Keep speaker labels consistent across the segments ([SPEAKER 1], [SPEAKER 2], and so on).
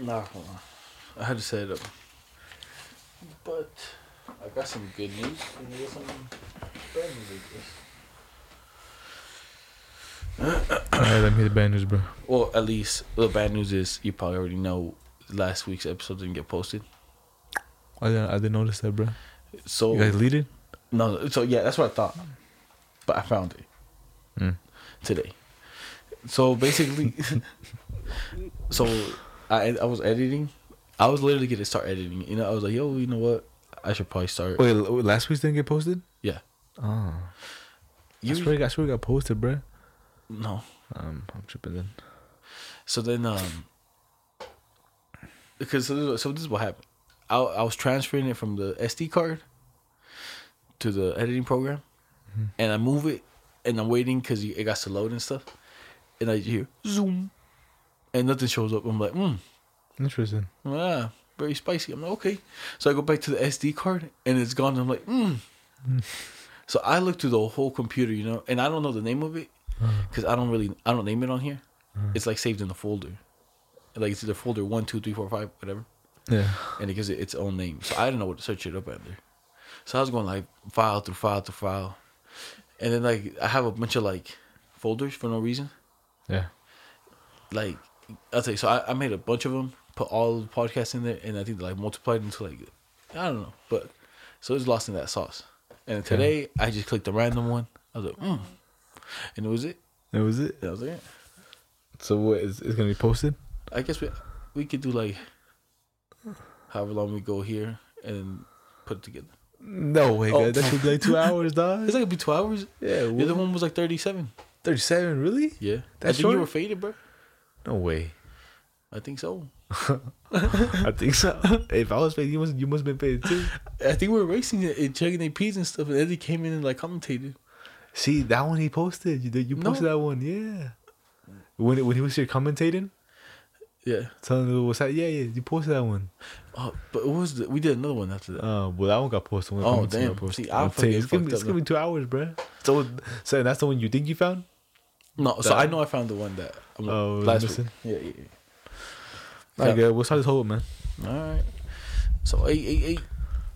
[SPEAKER 1] No, hold on. I had to set it up. But I got some good news and I got some bad news. I guess.
[SPEAKER 2] Alright, let me hear the bad news, bro.
[SPEAKER 1] Well, at least the bad news is you probably already know last week's episode didn't get posted.
[SPEAKER 2] I didn't, I didn't notice that, bro.
[SPEAKER 1] So
[SPEAKER 2] You guys lead it?
[SPEAKER 1] no, so yeah, that's what I thought, but I found it
[SPEAKER 2] Mm.
[SPEAKER 1] today. So basically, so I I was editing. I was literally gonna start editing. You know, I was like, yo, you know what? I should probably start.
[SPEAKER 2] Wait, l- wait, last week's didn't get posted?
[SPEAKER 1] Yeah,
[SPEAKER 2] Oh.
[SPEAKER 1] you
[SPEAKER 2] I, swear, it got- I swear it got posted, bro.
[SPEAKER 1] no.
[SPEAKER 2] Um, I'm tripping then.
[SPEAKER 1] So then, um, because so this, so this is what happened. I I was transferring it from the SD card to the editing program, and I move it, and I'm waiting because it got to load and stuff, and I hear zoom, and nothing shows up. I'm like, hmm,
[SPEAKER 2] Interesting.
[SPEAKER 1] ah, very spicy. I'm like, okay. So I go back to the SD card, and it's gone. I'm like, hmm. So I look through the whole computer, you know, and I don't know the name of it
[SPEAKER 2] Uh-huh.
[SPEAKER 1] because I don't really I don't name it on here. It's like saved in the folder, like it's either folder one, two, three, four, five, whatever,
[SPEAKER 2] Yeah.
[SPEAKER 1] and it gives it its own name. So I didn't know what to search it up under. So I was going like file through file through file, and then like I have a bunch of like folders for no reason.
[SPEAKER 2] Yeah.
[SPEAKER 1] Like I'll tell you, so I, I made a bunch of them, put all the podcasts in there, and I think like multiplied into like I don't know, but so it's lost in that sauce. And today I just clicked the random one. I was like, mm. and it was it.
[SPEAKER 2] That was it.
[SPEAKER 1] That was it.
[SPEAKER 2] So what is it's gonna be posted?
[SPEAKER 1] I guess we we could do like however long we go here and put it together.
[SPEAKER 2] No way,
[SPEAKER 1] Oh.
[SPEAKER 2] guys. That should be like two hours, dog.
[SPEAKER 1] It's like it'd be two hours.
[SPEAKER 2] Yeah,
[SPEAKER 1] The other one was like thirty seven.
[SPEAKER 2] thirty-seven. Really?
[SPEAKER 1] Yeah,
[SPEAKER 2] That's
[SPEAKER 1] I think
[SPEAKER 2] short?
[SPEAKER 1] you were faded, bro.
[SPEAKER 2] No way.
[SPEAKER 1] I think so.
[SPEAKER 2] I think so. if I was paid, you must you must have been paid too.
[SPEAKER 1] I think we were racing it and checking their P's and stuff, and Eddie came in and like commentated.
[SPEAKER 2] See that one he posted. You did- you
[SPEAKER 1] No.
[SPEAKER 2] posted that one, yeah. When when he was here commentating,
[SPEAKER 1] Yeah.
[SPEAKER 2] telling the what's that? Yeah, yeah. You posted that one.
[SPEAKER 1] Oh, but what was the, we did another one after that.
[SPEAKER 2] Uh, well, that one got posted. When the
[SPEAKER 1] Oh,
[SPEAKER 2] comments
[SPEAKER 1] damn.
[SPEAKER 2] got posted.
[SPEAKER 1] See, I
[SPEAKER 2] I'm
[SPEAKER 1] fucking
[SPEAKER 2] telling you, it's gonna,
[SPEAKER 1] fucked
[SPEAKER 2] be, it's
[SPEAKER 1] up
[SPEAKER 2] gonna
[SPEAKER 1] now.
[SPEAKER 2] be two hours, bro. So, so that's the one you think you found?
[SPEAKER 1] No, so
[SPEAKER 2] that-
[SPEAKER 1] I know I found the one that I'm like,
[SPEAKER 2] Oh, was
[SPEAKER 1] last week.
[SPEAKER 2] missing?
[SPEAKER 1] Yeah, yeah, Yeah.
[SPEAKER 2] Like, uh, we'll start this whole man.
[SPEAKER 1] yeah. All right. So eight, eight, eight.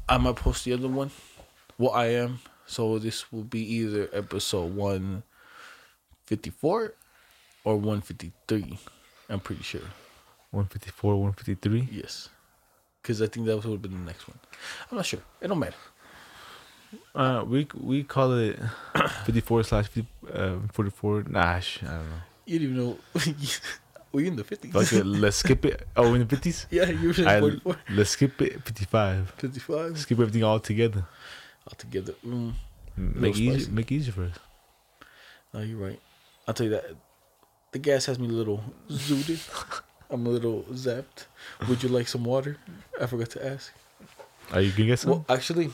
[SPEAKER 1] I might post the other one. What I am. So this will be either episode one fifty four or one fifty three. I'm pretty sure.
[SPEAKER 2] One fifty four, one fifty three.
[SPEAKER 1] Yes. Because I think that would have been the next one. I'm not sure. It don't matter.
[SPEAKER 2] Uh, we we call it fifty four slash 50, uh, forty four. Nah, sh- I don't know.
[SPEAKER 1] You didn't even know. Were you in the 50s?
[SPEAKER 2] Fuck it, let's skip it. Oh, in the fifties.
[SPEAKER 1] yeah, you were in 44.
[SPEAKER 2] Let's skip it. Fifty five.
[SPEAKER 1] 55.
[SPEAKER 2] Skip everything all together.
[SPEAKER 1] Altogether. Mm,
[SPEAKER 2] Make it easy.
[SPEAKER 1] spicy.
[SPEAKER 2] Make it easy for us.
[SPEAKER 1] no, Oh, you're right. I'll tell you that. The gas has me a little zooted. I'm a little zapped. Would you like some water? I forgot to ask.
[SPEAKER 2] Are you gonna get some?
[SPEAKER 1] Well, actually,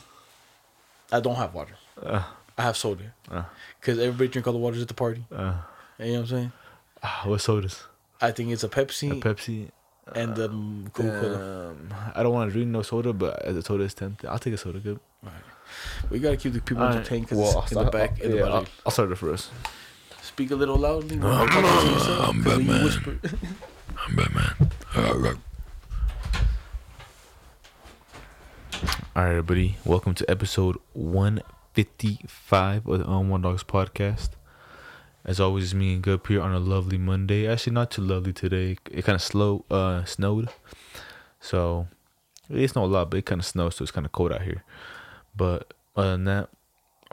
[SPEAKER 1] I don't have water.
[SPEAKER 2] Uh,
[SPEAKER 1] I have soda.
[SPEAKER 2] uh,
[SPEAKER 1] Because everybody drink all the waters at the party.
[SPEAKER 2] uh,
[SPEAKER 1] You know what I'm saying?
[SPEAKER 2] ah, what sodas?
[SPEAKER 1] I think it's a
[SPEAKER 2] A
[SPEAKER 1] Pepsi
[SPEAKER 2] Pepsi.
[SPEAKER 1] and um, Coca-Cola.
[SPEAKER 2] Um, I don't want to drink no soda, but uh, the soda is tempting. I'll take a soda. Good.
[SPEAKER 1] We got to keep the people
[SPEAKER 2] Alright,
[SPEAKER 1] entertained because
[SPEAKER 2] well, I'll
[SPEAKER 1] it's in the
[SPEAKER 2] start-
[SPEAKER 1] back.
[SPEAKER 2] I'll,
[SPEAKER 1] in the
[SPEAKER 2] yeah,
[SPEAKER 1] bottom.
[SPEAKER 2] I'll, I'll start it for us.
[SPEAKER 1] Speak a little loudly. when you talk to yourself, 'cause when you whisper-
[SPEAKER 2] All right, everybody. Welcome to episode 155 of the On One Dogs podcast. As always, it's me and Gup here on a lovely Monday. Actually, not too lovely today. It kind of slow, uh, snowed. So, it's not a lot, but it kind of snowed, so it's kind of cold out here. But other than that,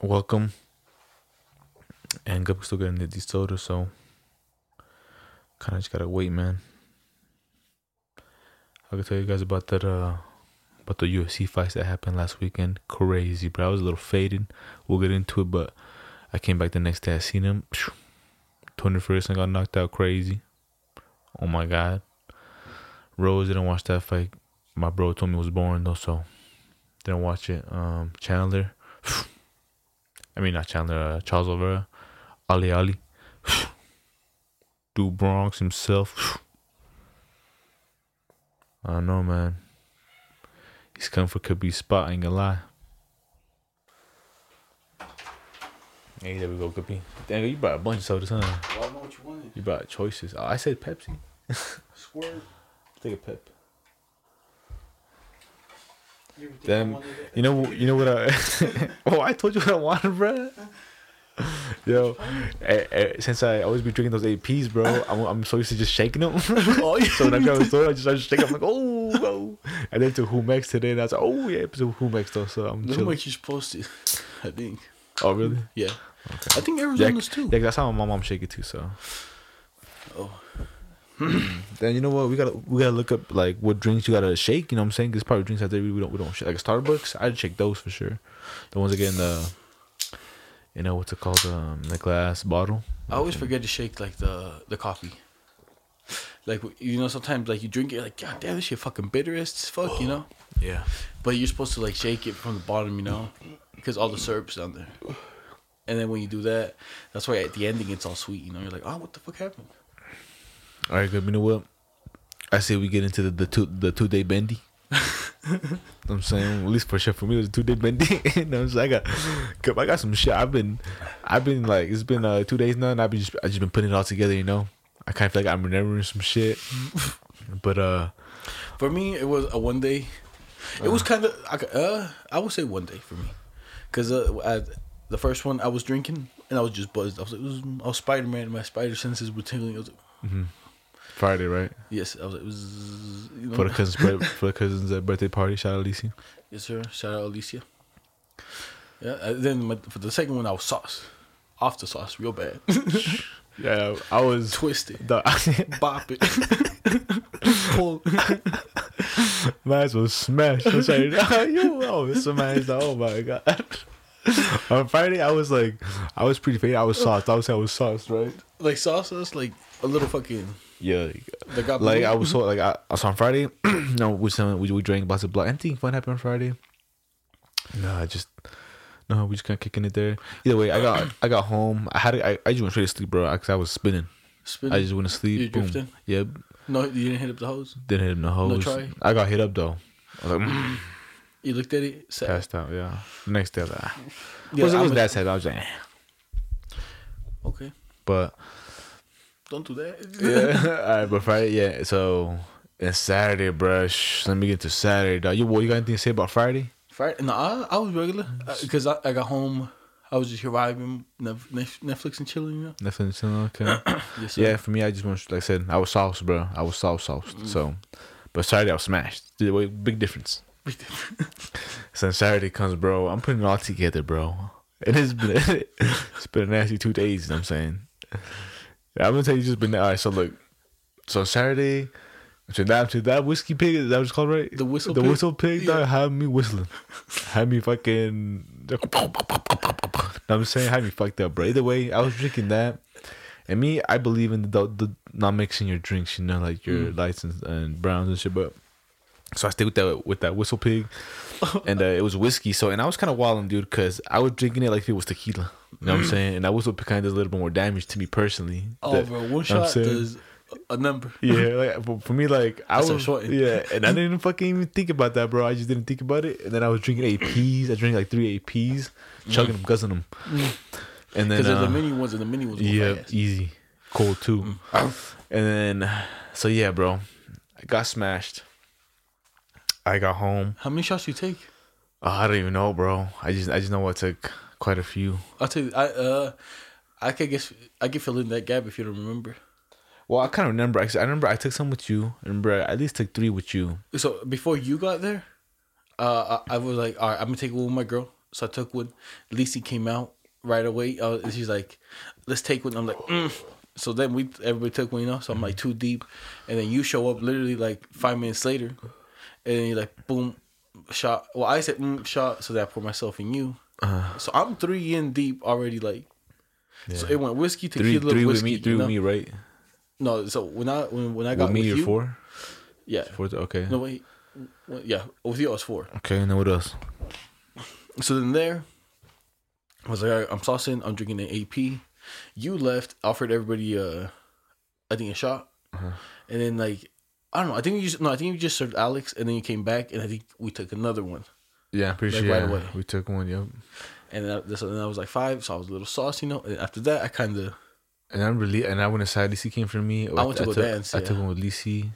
[SPEAKER 2] welcome. And Gup still getting these sodas, so kind of just gotta wait, man. I can tell you guys about that. Uh, but the UFC fights that happened last weekend, crazy, bro. I was a little faded. We'll get into it, but I came back the next day. I seen him. Phew. Tony Ferguson got knocked out crazy. Oh my god. Rose didn't watch that fight. My bro told me it was boring though, so didn't watch it. Um, Chandler. Phew. I mean, not Chandler. Uh, Charles Oliveira. Ali Ali. Phew. Duke Bronx himself. Phew. I don't know, man. He's coming for Khabib's spot, I ain't gonna lie. Hey, there we go, Khabib. Dang, you brought a bunch of sodas, huh?
[SPEAKER 1] Well, I know what you wanted.
[SPEAKER 2] You brought choices. Oh, I said Pepsi.
[SPEAKER 1] Squirt.
[SPEAKER 2] Take a pip.
[SPEAKER 3] You think I
[SPEAKER 2] Damn.
[SPEAKER 3] wanted it?
[SPEAKER 2] You know, you know what I? oh, I told you what I wanted, bro. Yo, eh, eh, since I always be drinking those APs, bro, I'm, I'm so used to just shaking them.
[SPEAKER 1] Oh, yeah.
[SPEAKER 2] so when I grab a soda, I just start shaking. I'm like, oh, oh. And then to Humex today, and I was like, oh yeah, it's a Humex though. So I'm
[SPEAKER 1] How
[SPEAKER 2] chilling.
[SPEAKER 1] much you posted? I think.
[SPEAKER 2] Oh really?
[SPEAKER 1] Yeah. I think
[SPEAKER 2] Yeah,
[SPEAKER 1] Arizona's
[SPEAKER 2] yeah,
[SPEAKER 1] too.
[SPEAKER 2] that's how my mom shake it too. So.
[SPEAKER 1] Oh.
[SPEAKER 2] then you know what we gotta we gotta look up like what drinks you gotta shake. You know what I'm saying? There's probably drinks out there we we don't we don't shake. Like Starbucks, I'd shake those for sure. The ones that get in the, you know what's it called? Um, the glass bottle.
[SPEAKER 1] I always forget to shake like the the coffee. Like you know, sometimes like you drink it, you're like God damn, this shit fucking bitter as fuck, you know.
[SPEAKER 2] Yeah.
[SPEAKER 1] But you're supposed to like shake it from the bottom, you know, because all the syrup's down there. And then when you do that, that's why at the ending it's all sweet, you know. You're like, oh, what the fuck happened?
[SPEAKER 2] All right, good. You know what? I say we get into the the two the two day bendy. I'm saying, at least for sure for me, it was a two day bendy. you know, what I'm saying? I got, 'cause I got some shit. I've been, I've been like, it's been uh, two days now, and I've been just, I just been putting it all together. You know, I kind of feel like I'm remembering some shit. but uh,
[SPEAKER 1] For me, it was a one day. It was kind of I c- uh I would say one day for me, because uh, I, the first one I was drinking and I was just buzzed. I was like, it was, I was Spider Man. My spider senses were tingling. I was like,
[SPEAKER 2] Friday, right?
[SPEAKER 1] yes. I was like, "Zzz," you know?
[SPEAKER 2] For the cousins, bir- for the cousins' uh, birthday party. Shout out, Alicia.
[SPEAKER 1] Yes, sir. Shout out Alicia. Yeah. uh, Then my, for the second one, I was sauce, off the sauce, real bad,
[SPEAKER 2] Yeah, I was.
[SPEAKER 1] twisted,
[SPEAKER 2] The
[SPEAKER 1] bop it, pull.
[SPEAKER 2] might as well smash. I'm sorry. Yo, oh, smash. Oh my god. On Friday, I was like, I was pretty faded. I was sauced. I was, I was sauced, right?
[SPEAKER 1] Like sauce, that's like a little fucking.
[SPEAKER 2] Yeah.
[SPEAKER 1] That got
[SPEAKER 2] Like I was so like I, I was on Friday. no, we still- we we drank lots of blood. Anything fun happened on Friday? No, I just no. We just kind of kicking it there. Either way, I got I got home. I had I, I just went straight to sleep, bro. Because I was spinning.
[SPEAKER 1] spinning.
[SPEAKER 2] I just went to sleep.
[SPEAKER 1] You
[SPEAKER 2] boom.
[SPEAKER 1] drifting?
[SPEAKER 2] Yep.
[SPEAKER 1] no, you didn't hit up the hose.
[SPEAKER 2] Didn't hit him the hose.
[SPEAKER 1] try?
[SPEAKER 2] I got hit up though. I was like,
[SPEAKER 1] You looked at it. Sad.
[SPEAKER 2] passed out. Yeah. Next day, I was like, ah.
[SPEAKER 1] Yeah,
[SPEAKER 2] was, it
[SPEAKER 1] I'm
[SPEAKER 2] was
[SPEAKER 1] a-
[SPEAKER 2] that sad. I was like, eh.
[SPEAKER 1] Okay.
[SPEAKER 2] but
[SPEAKER 1] Don't do that.
[SPEAKER 2] yeah, all right, but Friday, yeah. So and Saturday, brush. Let me get to Saturday, dog. You, what you got anything to say about Friday?
[SPEAKER 1] Friday. No, I, I was regular because I, I got home. I was just here vibing, Nef- Nef- Netflix and chilling. You know.
[SPEAKER 2] Nothing. to- Okay.
[SPEAKER 1] Yes, sir.
[SPEAKER 2] yeah, for me, I just want, like I said, I was sauce, bro. I was sauce, sauce.
[SPEAKER 1] Mm.
[SPEAKER 2] So, but Saturday, I was smashed. Dude, wait, Big difference. Since Saturday comes, bro, I'm putting it all together, bro. It has been it's been a nasty two days. You know what I'm saying. I'm gonna tell you, just been all right. So look, so Saturday, so that to that whiskey pig is that what it's called, right?
[SPEAKER 1] The whistle
[SPEAKER 2] the
[SPEAKER 1] pig?
[SPEAKER 2] whistle pig that had me whistling, had me fucking. know what I'm saying had me fucked up, bro. Either way, I was drinking that. And me, I believe in the, the not mixing your drinks, you know, like
[SPEAKER 1] Mm.
[SPEAKER 2] your lights and, and browns and shit. But so I stayed with that with that whistle pig, and uh, it was whiskey. So and I was kind of wilding, dude, because I was drinking it like it was tequila. You know what I'm saying? And that whistle pig kind of does a little bit more damage to me personally.
[SPEAKER 1] Mm. Oh,
[SPEAKER 2] That-
[SPEAKER 1] bro,
[SPEAKER 2] you
[SPEAKER 1] one
[SPEAKER 2] know what I'm
[SPEAKER 1] shot
[SPEAKER 2] saying?
[SPEAKER 1] does a number.
[SPEAKER 2] Yeah, like for, for me, like I
[SPEAKER 1] That's a
[SPEAKER 2] was,
[SPEAKER 1] short one.
[SPEAKER 2] yeah, and I didn't fucking even think about that, bro. I just didn't think about it, and then I was drinking APs. I drank like three APs,
[SPEAKER 1] Mm.
[SPEAKER 2] chugging them, guzzling them, and then
[SPEAKER 1] Because there's
[SPEAKER 2] uh,
[SPEAKER 1] the mini ones and the mini ones. go
[SPEAKER 2] yeah,
[SPEAKER 1] fast.
[SPEAKER 2] easy, cold too,
[SPEAKER 1] Mm.
[SPEAKER 2] and then so yeah, bro, I got smashed. I got home.
[SPEAKER 1] How many shots you take?
[SPEAKER 2] Oh, I don't even know, bro. I just I just know I took quite a few.
[SPEAKER 1] I'll tell you. I uh, I could guess. I could fill in that gap if you don't remember.
[SPEAKER 2] Well, I kind of remember. Actually, I remember I took some with you. I remember I at least took three with you.
[SPEAKER 1] So before you got there, uh, I, I was like, all right, I'm gonna take one with my girl. So I took one. Lisi came out right away. Uh, and she's like, let's take one. I'm like, mm. so then we everybody took one, you know. So I'm like too deep, and then you show up literally like five minutes later, and then you're like, boom, shot. Well, I said mm, shot, so that I pour myself in you.
[SPEAKER 2] Uh-huh.
[SPEAKER 1] so I'm three in deep already, like. So it went whiskey,
[SPEAKER 2] Three,
[SPEAKER 1] tequila,
[SPEAKER 2] three with
[SPEAKER 1] whiskey.
[SPEAKER 2] me, three
[SPEAKER 1] you know?
[SPEAKER 2] with me, right?
[SPEAKER 1] No, so when I when, when I got
[SPEAKER 2] With me,
[SPEAKER 1] with
[SPEAKER 2] you're
[SPEAKER 1] you,
[SPEAKER 2] four.
[SPEAKER 1] yeah,
[SPEAKER 2] Four. Okay.
[SPEAKER 1] no wait, Well, yeah, with you I was four.
[SPEAKER 2] Okay, and then what else?
[SPEAKER 1] So then there, I was like, all right, I'm saucing, I'm drinking an AP. You left, offered everybody, uh, I think a shot, and then like, I don't know, I think you just no, I think you just served Alex, and then you came back, and I think we took another one,
[SPEAKER 2] Yeah, pretty
[SPEAKER 1] Like,
[SPEAKER 2] sure.
[SPEAKER 1] right
[SPEAKER 2] yeah.
[SPEAKER 1] away.
[SPEAKER 2] We took one, yep.
[SPEAKER 1] and that, this, and I was like five, so I was a little sauce, you know. And after that, I kind of
[SPEAKER 2] And I'm really and I went inside. Lisi came for me.
[SPEAKER 1] I went to go
[SPEAKER 2] took,
[SPEAKER 1] dance,
[SPEAKER 2] I
[SPEAKER 1] yeah.
[SPEAKER 2] took one with Lisi.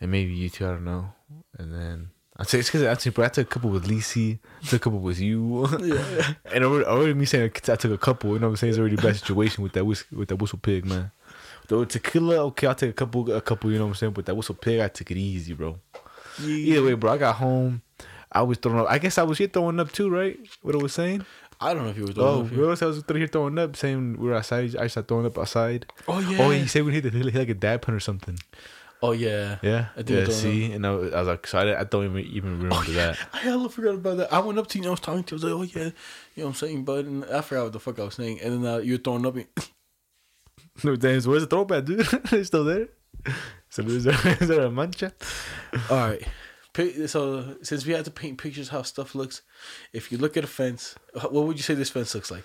[SPEAKER 2] and maybe you two. I don't know. And then I'd say it's because actually, bro, I took a couple with Lisi, took a couple with you,
[SPEAKER 1] Yeah.
[SPEAKER 2] and already, already me saying I took a couple. You know what I'm saying? It's already a bad situation with that whis- with that whistle pig, man. Though tequila, okay, I'll take a couple, a couple. You know what I'm saying? But that whistle pig, I took it easy, bro. Either way, bro, I got home. I was throwing up. I guess I was here throwing up too, right? What I was saying.
[SPEAKER 1] I don't know if he was the
[SPEAKER 2] Oh,
[SPEAKER 1] one.
[SPEAKER 2] we always I was here throwing up, saying we were outside. I started throwing up outside.
[SPEAKER 1] Oh, yeah.
[SPEAKER 2] Oh, you said we hit, the, hit like a dab pun or something.
[SPEAKER 1] Oh yeah.
[SPEAKER 2] Yeah.
[SPEAKER 1] I think
[SPEAKER 2] yeah.
[SPEAKER 1] I don't
[SPEAKER 2] See, and I was, I was like, so I, didn't- I don't even even remember that.
[SPEAKER 1] I hella forgot about that. I went up to you and I was talking to you. I was like, oh, yeah, you know what I'm saying, bud? And I forgot what the fuck I was saying. And then uh, you're throwing up. and-
[SPEAKER 2] No, damn. So where's the throwback, dude? it's still there. So is there, is there a mancha?
[SPEAKER 1] All right. Pi- So, since we had to paint pictures how stuff looks, if you look at a fence, h- what would you say this fence looks like?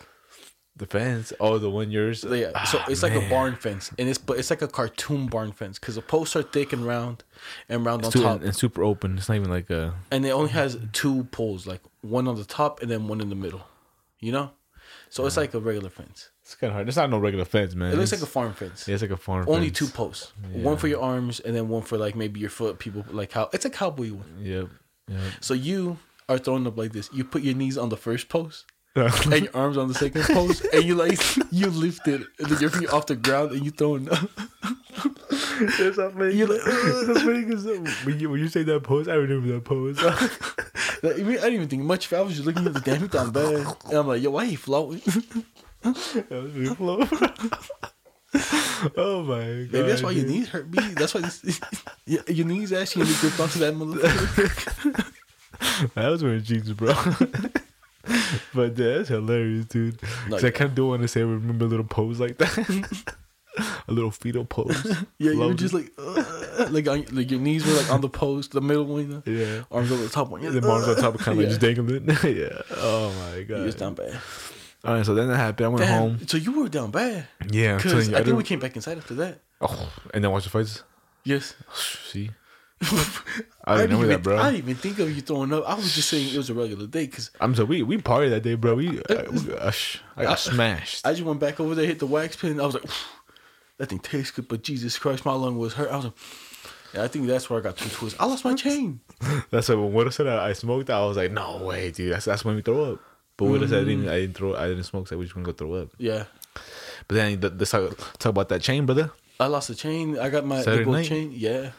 [SPEAKER 2] The fence. Oh, the one yours.
[SPEAKER 1] So, yeah, so
[SPEAKER 2] Ah,
[SPEAKER 1] it's like a
[SPEAKER 2] man.
[SPEAKER 1] barn fence, and it's but it's like a cartoon barn fence because the posts are thick and round, and round
[SPEAKER 2] It's
[SPEAKER 1] on
[SPEAKER 2] too,
[SPEAKER 1] top,
[SPEAKER 2] and, and super open. It's not even like a.
[SPEAKER 1] and it only has two poles, like one on the top and then one in the middle, you know. So it's like a regular fence.
[SPEAKER 2] It's kind of hard. It's not no regular fence, man.
[SPEAKER 1] It looks like
[SPEAKER 2] It's-
[SPEAKER 1] a farm fence.
[SPEAKER 2] Yeah, it's like a farm.
[SPEAKER 1] Only
[SPEAKER 2] fence.
[SPEAKER 1] two posts, one
[SPEAKER 2] Yeah.
[SPEAKER 1] for your arms and then one for like maybe your foot. People like how it's a cowboy one.
[SPEAKER 2] Yep.
[SPEAKER 1] So you are thrown up like this. You put your knees on the first post
[SPEAKER 2] Yep.
[SPEAKER 1] and your arms on the second post, and you like you lift it, and then your feet off the ground, and you throwing up.
[SPEAKER 2] That's not funny.
[SPEAKER 1] You're like,
[SPEAKER 2] that's funny 'cause uh, when you, when you say that pose, I remember that pose.
[SPEAKER 1] Like, I, mean, I didn't even think much. of it. I was just looking at the damn he down bad, and I'm like, yo, why he floating?
[SPEAKER 2] that was really flow. oh my god.
[SPEAKER 1] Maybe that's why your
[SPEAKER 2] dude.
[SPEAKER 1] knees hurt me. That's why this, your, your knees actually grip onto that motherfucker.
[SPEAKER 2] I was wearing jeans, bro. but yeah, that's hilarious, dude. 'Cause
[SPEAKER 1] yeah.
[SPEAKER 2] I kind of do want to say I remember a little pose like that. a little fetal pose.
[SPEAKER 1] Yeah, you were
[SPEAKER 2] Floating.
[SPEAKER 1] just like, uh, like, on, like your knees were like on the post, the middle one, you know?
[SPEAKER 2] Yeah.
[SPEAKER 1] arms over the top one.
[SPEAKER 2] The arms on top of kind of
[SPEAKER 1] Yeah.
[SPEAKER 2] like just dangling. yeah. Oh my
[SPEAKER 1] You was uh, down
[SPEAKER 2] god.
[SPEAKER 1] bad.
[SPEAKER 2] All right, so then that happened. I went
[SPEAKER 1] Damn,
[SPEAKER 2] home.
[SPEAKER 1] So you were down bad.
[SPEAKER 2] Yeah, I'm telling
[SPEAKER 1] Because
[SPEAKER 2] you.
[SPEAKER 1] I,
[SPEAKER 2] I,
[SPEAKER 1] think we
[SPEAKER 2] didn't.
[SPEAKER 1] came back inside after that.
[SPEAKER 2] Oh, and then watch the fights.
[SPEAKER 1] Yes.
[SPEAKER 2] See, I remember
[SPEAKER 1] even,
[SPEAKER 2] that, bro.
[SPEAKER 1] I didn't even think of you throwing up. I was just saying it was a regular day because
[SPEAKER 2] I'm so we we partied that day, bro. We I, we- I sh- I got smashed.
[SPEAKER 1] I just went back over there, hit the wax pin. I was like, that thing tastes good, but Jesus Christ, my lung was hurt. I was like, yeah, I think that's where I got two twists. I lost my chain.
[SPEAKER 2] that's why when Willa said I, I smoked, I was like, no way, dude. That's that's when we throw up. But Willa said I didn't I didn't throw I didn't smoke, so we just gonna go throw up.
[SPEAKER 1] Yeah.
[SPEAKER 2] But then the, the talk, talk about that chain, brother.
[SPEAKER 1] I lost a chain. I got my the
[SPEAKER 2] Saturday
[SPEAKER 1] gold
[SPEAKER 2] night?
[SPEAKER 1] chain. Yeah.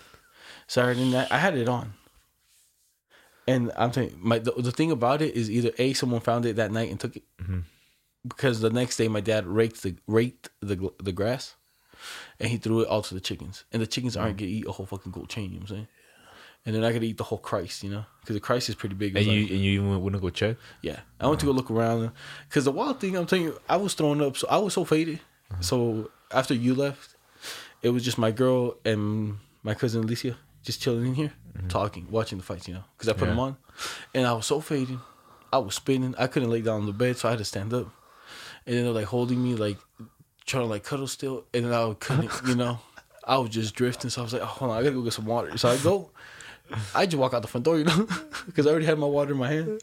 [SPEAKER 1] Saturday night. I had it on. And I'm saying my the, the thing about it is either A, someone found it that night and took it.
[SPEAKER 2] Mm-hmm.
[SPEAKER 1] Because the next day my dad raked the raked the gl- the grass and he threw it all to the chickens. And the chickens
[SPEAKER 2] Mm.
[SPEAKER 1] aren't gonna eat a whole fucking gold chain, you know what I'm saying? And they're not gonna eat the whole Christ, you know? Because the Christ is pretty big. It
[SPEAKER 2] And
[SPEAKER 1] was
[SPEAKER 2] you
[SPEAKER 1] like-
[SPEAKER 2] and you even wouldn't go check.
[SPEAKER 1] yeah, I went to go look around because the wild thing I'm telling you, I was thrown up, so I was so faded. So after you left, it was just my girl and my cousin Alicia just chilling in here, talking, watching the fights, you know, because I put
[SPEAKER 2] Yeah.
[SPEAKER 1] them on, and I was so faded, I was spinning, I couldn't lay down on the bed, so I had to stand up, and then they're like holding me, like trying to like cuddle still, and then I couldn't, you know, I was just drifting, so I was like, oh, hold on, I gotta go get some water, so I go. I just walk out the front door, you know, because I already had my water in my hand.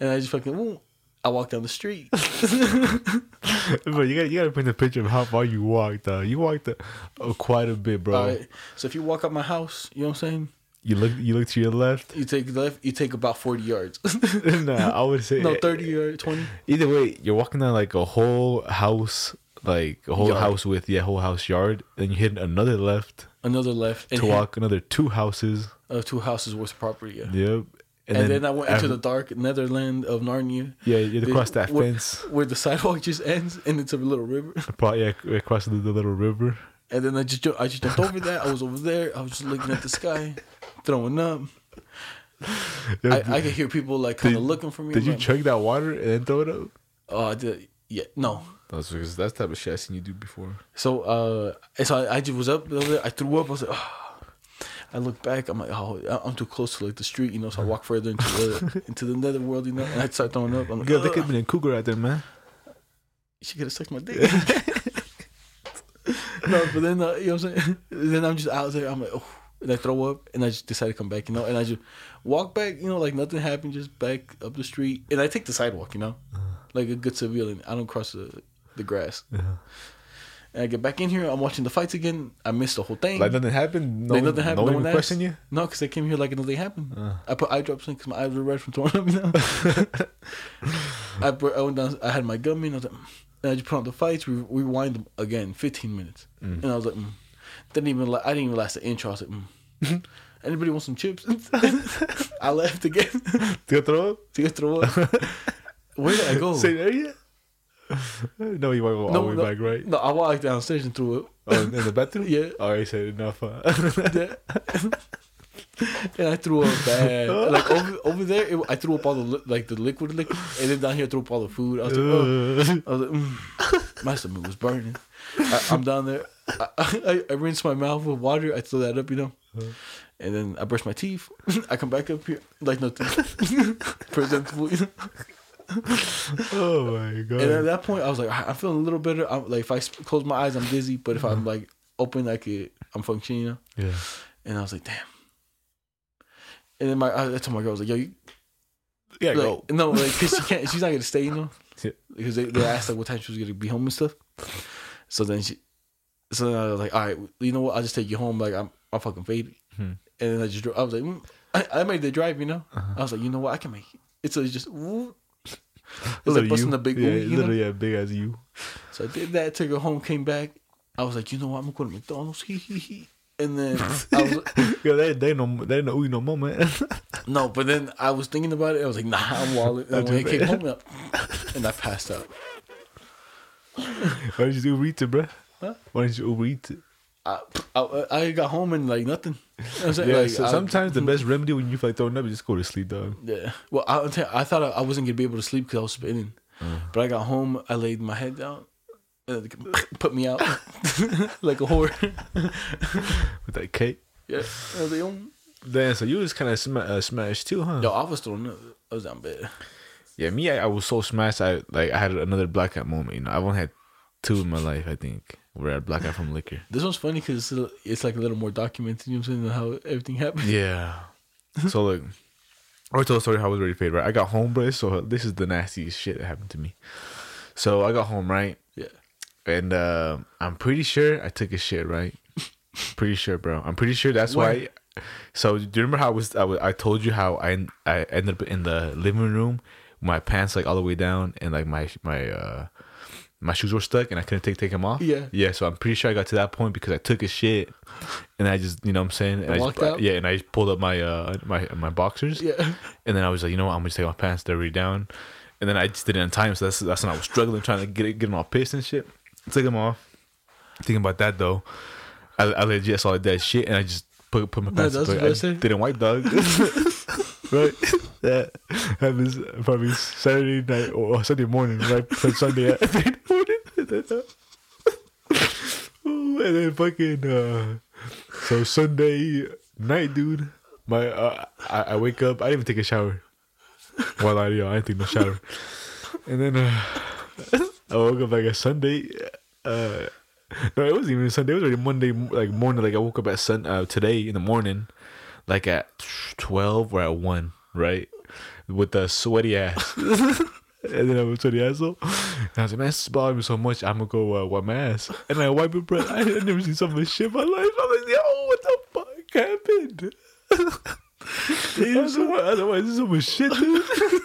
[SPEAKER 1] And I just fucking, woo. I walked down the street.
[SPEAKER 2] bro, you got you gotta paint a picture of how far you walked. Uh, you walked uh, uh, quite a bit, bro.
[SPEAKER 1] All right. So if you walk out my house, you know what I'm saying?
[SPEAKER 2] You look you look to your left.
[SPEAKER 1] You take left, you take about 40 yards.
[SPEAKER 2] nah, I would say
[SPEAKER 1] no, 30 yards, 20.
[SPEAKER 2] Either way, you're walking down like a whole house, like a whole
[SPEAKER 1] Yard.
[SPEAKER 2] house with yeah, whole house yard. Then you hit another left
[SPEAKER 1] Another left. And
[SPEAKER 2] to walk another two houses.
[SPEAKER 1] Uh, two houses worth of property, yeah.
[SPEAKER 2] Yep.
[SPEAKER 1] And, then, I went into the dark netherland of Narnia.
[SPEAKER 2] yeah, you had to
[SPEAKER 1] The-
[SPEAKER 2] cross that
[SPEAKER 1] where-
[SPEAKER 2] fence.
[SPEAKER 1] Where, the sidewalk just ends and it's a little river.
[SPEAKER 2] Probably yeah, across the, the little river.
[SPEAKER 1] And then I just ju- I just jumped over that. I was over there. I was just looking at the sky, throwing up.
[SPEAKER 2] Yeah,
[SPEAKER 1] I, I could hear people like kind of looking for me.
[SPEAKER 2] did
[SPEAKER 1] I'm
[SPEAKER 2] you
[SPEAKER 1] like,
[SPEAKER 2] chug that water and then throw it up?
[SPEAKER 1] Oh, I did. Yeah, no.
[SPEAKER 2] That's because that's the type of shit I seen you do before.
[SPEAKER 1] So, uh, and so I, I just was up over there. I threw up. I was like, "Ah." I look back. I'm like, oh, I- I'm too close to like the street, you know. So I walk further into the into the nether world, you know. And I start throwing up. I'm like,
[SPEAKER 2] Yeah, there could
[SPEAKER 1] "Ugh,
[SPEAKER 2] have been a cougar out there, man.
[SPEAKER 1] she could have sucked my dick. no, but then uh, you know what I'm saying. Then I'm just out there. I'm like, oh, and I throw up, and I just decide to come back, you know. And I just walk back, you know, like nothing happened. Just back up the street, and
[SPEAKER 2] Uh-huh.
[SPEAKER 1] I take the sidewalk, you know, like a good civilian. I don't cross the the grass. And I uh, get back in here. I'm watching the fights again. I missed the whole thing.
[SPEAKER 2] Like nothing happened. No,
[SPEAKER 1] They
[SPEAKER 2] one-
[SPEAKER 1] nothing happened.
[SPEAKER 2] No
[SPEAKER 1] No
[SPEAKER 2] one
[SPEAKER 1] one
[SPEAKER 2] even questioned you.
[SPEAKER 1] No, because I came here like nothing happened.
[SPEAKER 2] Uh.
[SPEAKER 1] I put eye drops in because my eyes were red from throwing up now. I, br- I went down. I had my gum in. I was like, mm. and I just put on the fights. We we rewind them again, 15 minutes, and I was like, mm. didn't even. La- I didn't even last the intro. I was like, mm. anybody want some chips? I left again
[SPEAKER 2] Did you throw up?
[SPEAKER 1] to go throw up. Where did I go?
[SPEAKER 2] Same area. no, you want to go all the way
[SPEAKER 1] oh. no,
[SPEAKER 2] back, right?
[SPEAKER 1] No, I walked downstairs and threw up.
[SPEAKER 2] Oh, in the bathroom.
[SPEAKER 1] Yeah.
[SPEAKER 2] Alright, said enough. Huh?
[SPEAKER 1] and I threw up bad. like over, over there, it, I threw up all the li- like the liquid liquid, and then down here I threw up all the food. I was like, oh. I was like, mm. my stomach was burning. I, I'm down there. I, I, I rinse my mouth with water. I throw that up, you know. And then I brush my teeth. I come back up here like nothing presentable. You know?
[SPEAKER 2] oh my
[SPEAKER 1] And at
[SPEAKER 2] god.
[SPEAKER 1] that point, I was like, "Ah, I'm feeling a little better. I'm like, if I s- close my eyes, I'm dizzy. But if I'm like open, I could, I'm functioning. You know?
[SPEAKER 2] Yeah.
[SPEAKER 1] And I was like, damn. And then my, I, I told my girl, I was like, yo, you,
[SPEAKER 2] Yeah.
[SPEAKER 1] like, no, like, 'cause she can't, she's not gonna stay, you know,
[SPEAKER 2] Yeah.
[SPEAKER 1] because they, they asked like what time she was gonna be home and stuff. So then she, so then I was like, all right, you know what? I'll just take you home. Like I'm, I'm fucking faded.
[SPEAKER 2] Hmm.
[SPEAKER 1] And then I just, dro- I was like, mm, I, I made the drive, you know. I was like, you know what? I can make it. It's so it's just, woo. it's like busting
[SPEAKER 2] you.
[SPEAKER 1] a big,
[SPEAKER 2] yeah,
[SPEAKER 1] ooh, you know?
[SPEAKER 2] literally, yeah, big as you.
[SPEAKER 1] So I did that, took her home, came back. I was like, you know what? I'm gonna go to McDonald's. He he he. And then I was.
[SPEAKER 2] Yeah, they they no they no ooh no moment.
[SPEAKER 1] No, but then I was thinking about it. I was like, nah, I'm walling. And when I came home, I- and I passed out.
[SPEAKER 2] Why did you Uber Eats it, bruh?
[SPEAKER 1] Huh?
[SPEAKER 2] Why did you Uber Eats it?
[SPEAKER 1] I, I, I got home and like nothing. I was like,
[SPEAKER 2] Yeah,
[SPEAKER 1] like,
[SPEAKER 2] so
[SPEAKER 1] I-
[SPEAKER 2] sometimes the best remedy when you feel like throwing up is just go to sleep, dog.
[SPEAKER 1] Yeah. Well, I, I'll tell you, I thought I, I wasn't gonna be able to sleep because I was spinning.
[SPEAKER 2] Mm.
[SPEAKER 1] But I got home. I laid my head down. And it put me out like a whore.
[SPEAKER 2] With that cake.
[SPEAKER 1] yeah. I was like, um,
[SPEAKER 2] Damn, so you was kind of sma- uh, smashed too, huh?
[SPEAKER 1] yo, I was throwing up. I was down bad.
[SPEAKER 2] Yeah, me, I, I was so smashed. I like I had another blackout moment. You know, I've only had two in my life. I think where I blackout from liquor.
[SPEAKER 1] This one's funny because it's, a little- it's like a little more documented. You know what I'm saying? than How everything happened.
[SPEAKER 2] Yeah. So like, I already told the story how I was already paid. Right, I got home, bro. So this is the nastiest shit that happened to me. So I got home, right,
[SPEAKER 1] Yeah.
[SPEAKER 2] and uh, I'm pretty sure I took a shit, right. pretty sure, bro. I'm pretty sure that's why. So do you remember how I was? I, was, I told you how I I ended up in the living room, my pants like all the way down, and like my my uh my shoes were stuck, and I couldn't take take them off.
[SPEAKER 1] Yeah.
[SPEAKER 2] yeah. So I'm pretty sure I got to that point because I took a shit, and I just you know what I'm saying, and I
[SPEAKER 1] walked
[SPEAKER 2] just,
[SPEAKER 1] out?
[SPEAKER 2] yeah, and I just pulled up my uh my my boxers,
[SPEAKER 1] Yeah.
[SPEAKER 2] and then I was like, you know what, I'm gonna just take my pants, they're already down, and then I just did it in time, so that's that's when I was struggling trying to get it, get them all pissed and shit. Took them off. Thinking about that though, I, I legit saw that shit, and I just put put my pants.
[SPEAKER 1] that's
[SPEAKER 2] up,
[SPEAKER 1] what
[SPEAKER 2] I
[SPEAKER 1] I said.
[SPEAKER 2] didn't wipe dog. right, that happens probably Saturday night or Sunday morning, right? From Sunday at morning. Ooh, and then fucking uh, so Sunday night, dude. My uh, I, I wake up. I didn't even take a shower. Well, I yeah, I didn't take no shower. And then uh, I woke up like a Sunday. Uh, no, it wasn't even Sunday. It was already Monday, like morning. Like I woke up at sun uh, today in the morning, like at twelve or at one, right? With a sweaty ass. And then I went to the asshole. And I was like, man, this is bothering me so much. I'm going to go uh, wipe my ass. And I wipe it, bro. I had never seen so much shit in my life. I was like, yo, what the fuck happened? I was like, what- I was like, "Why is this so much shit, dude.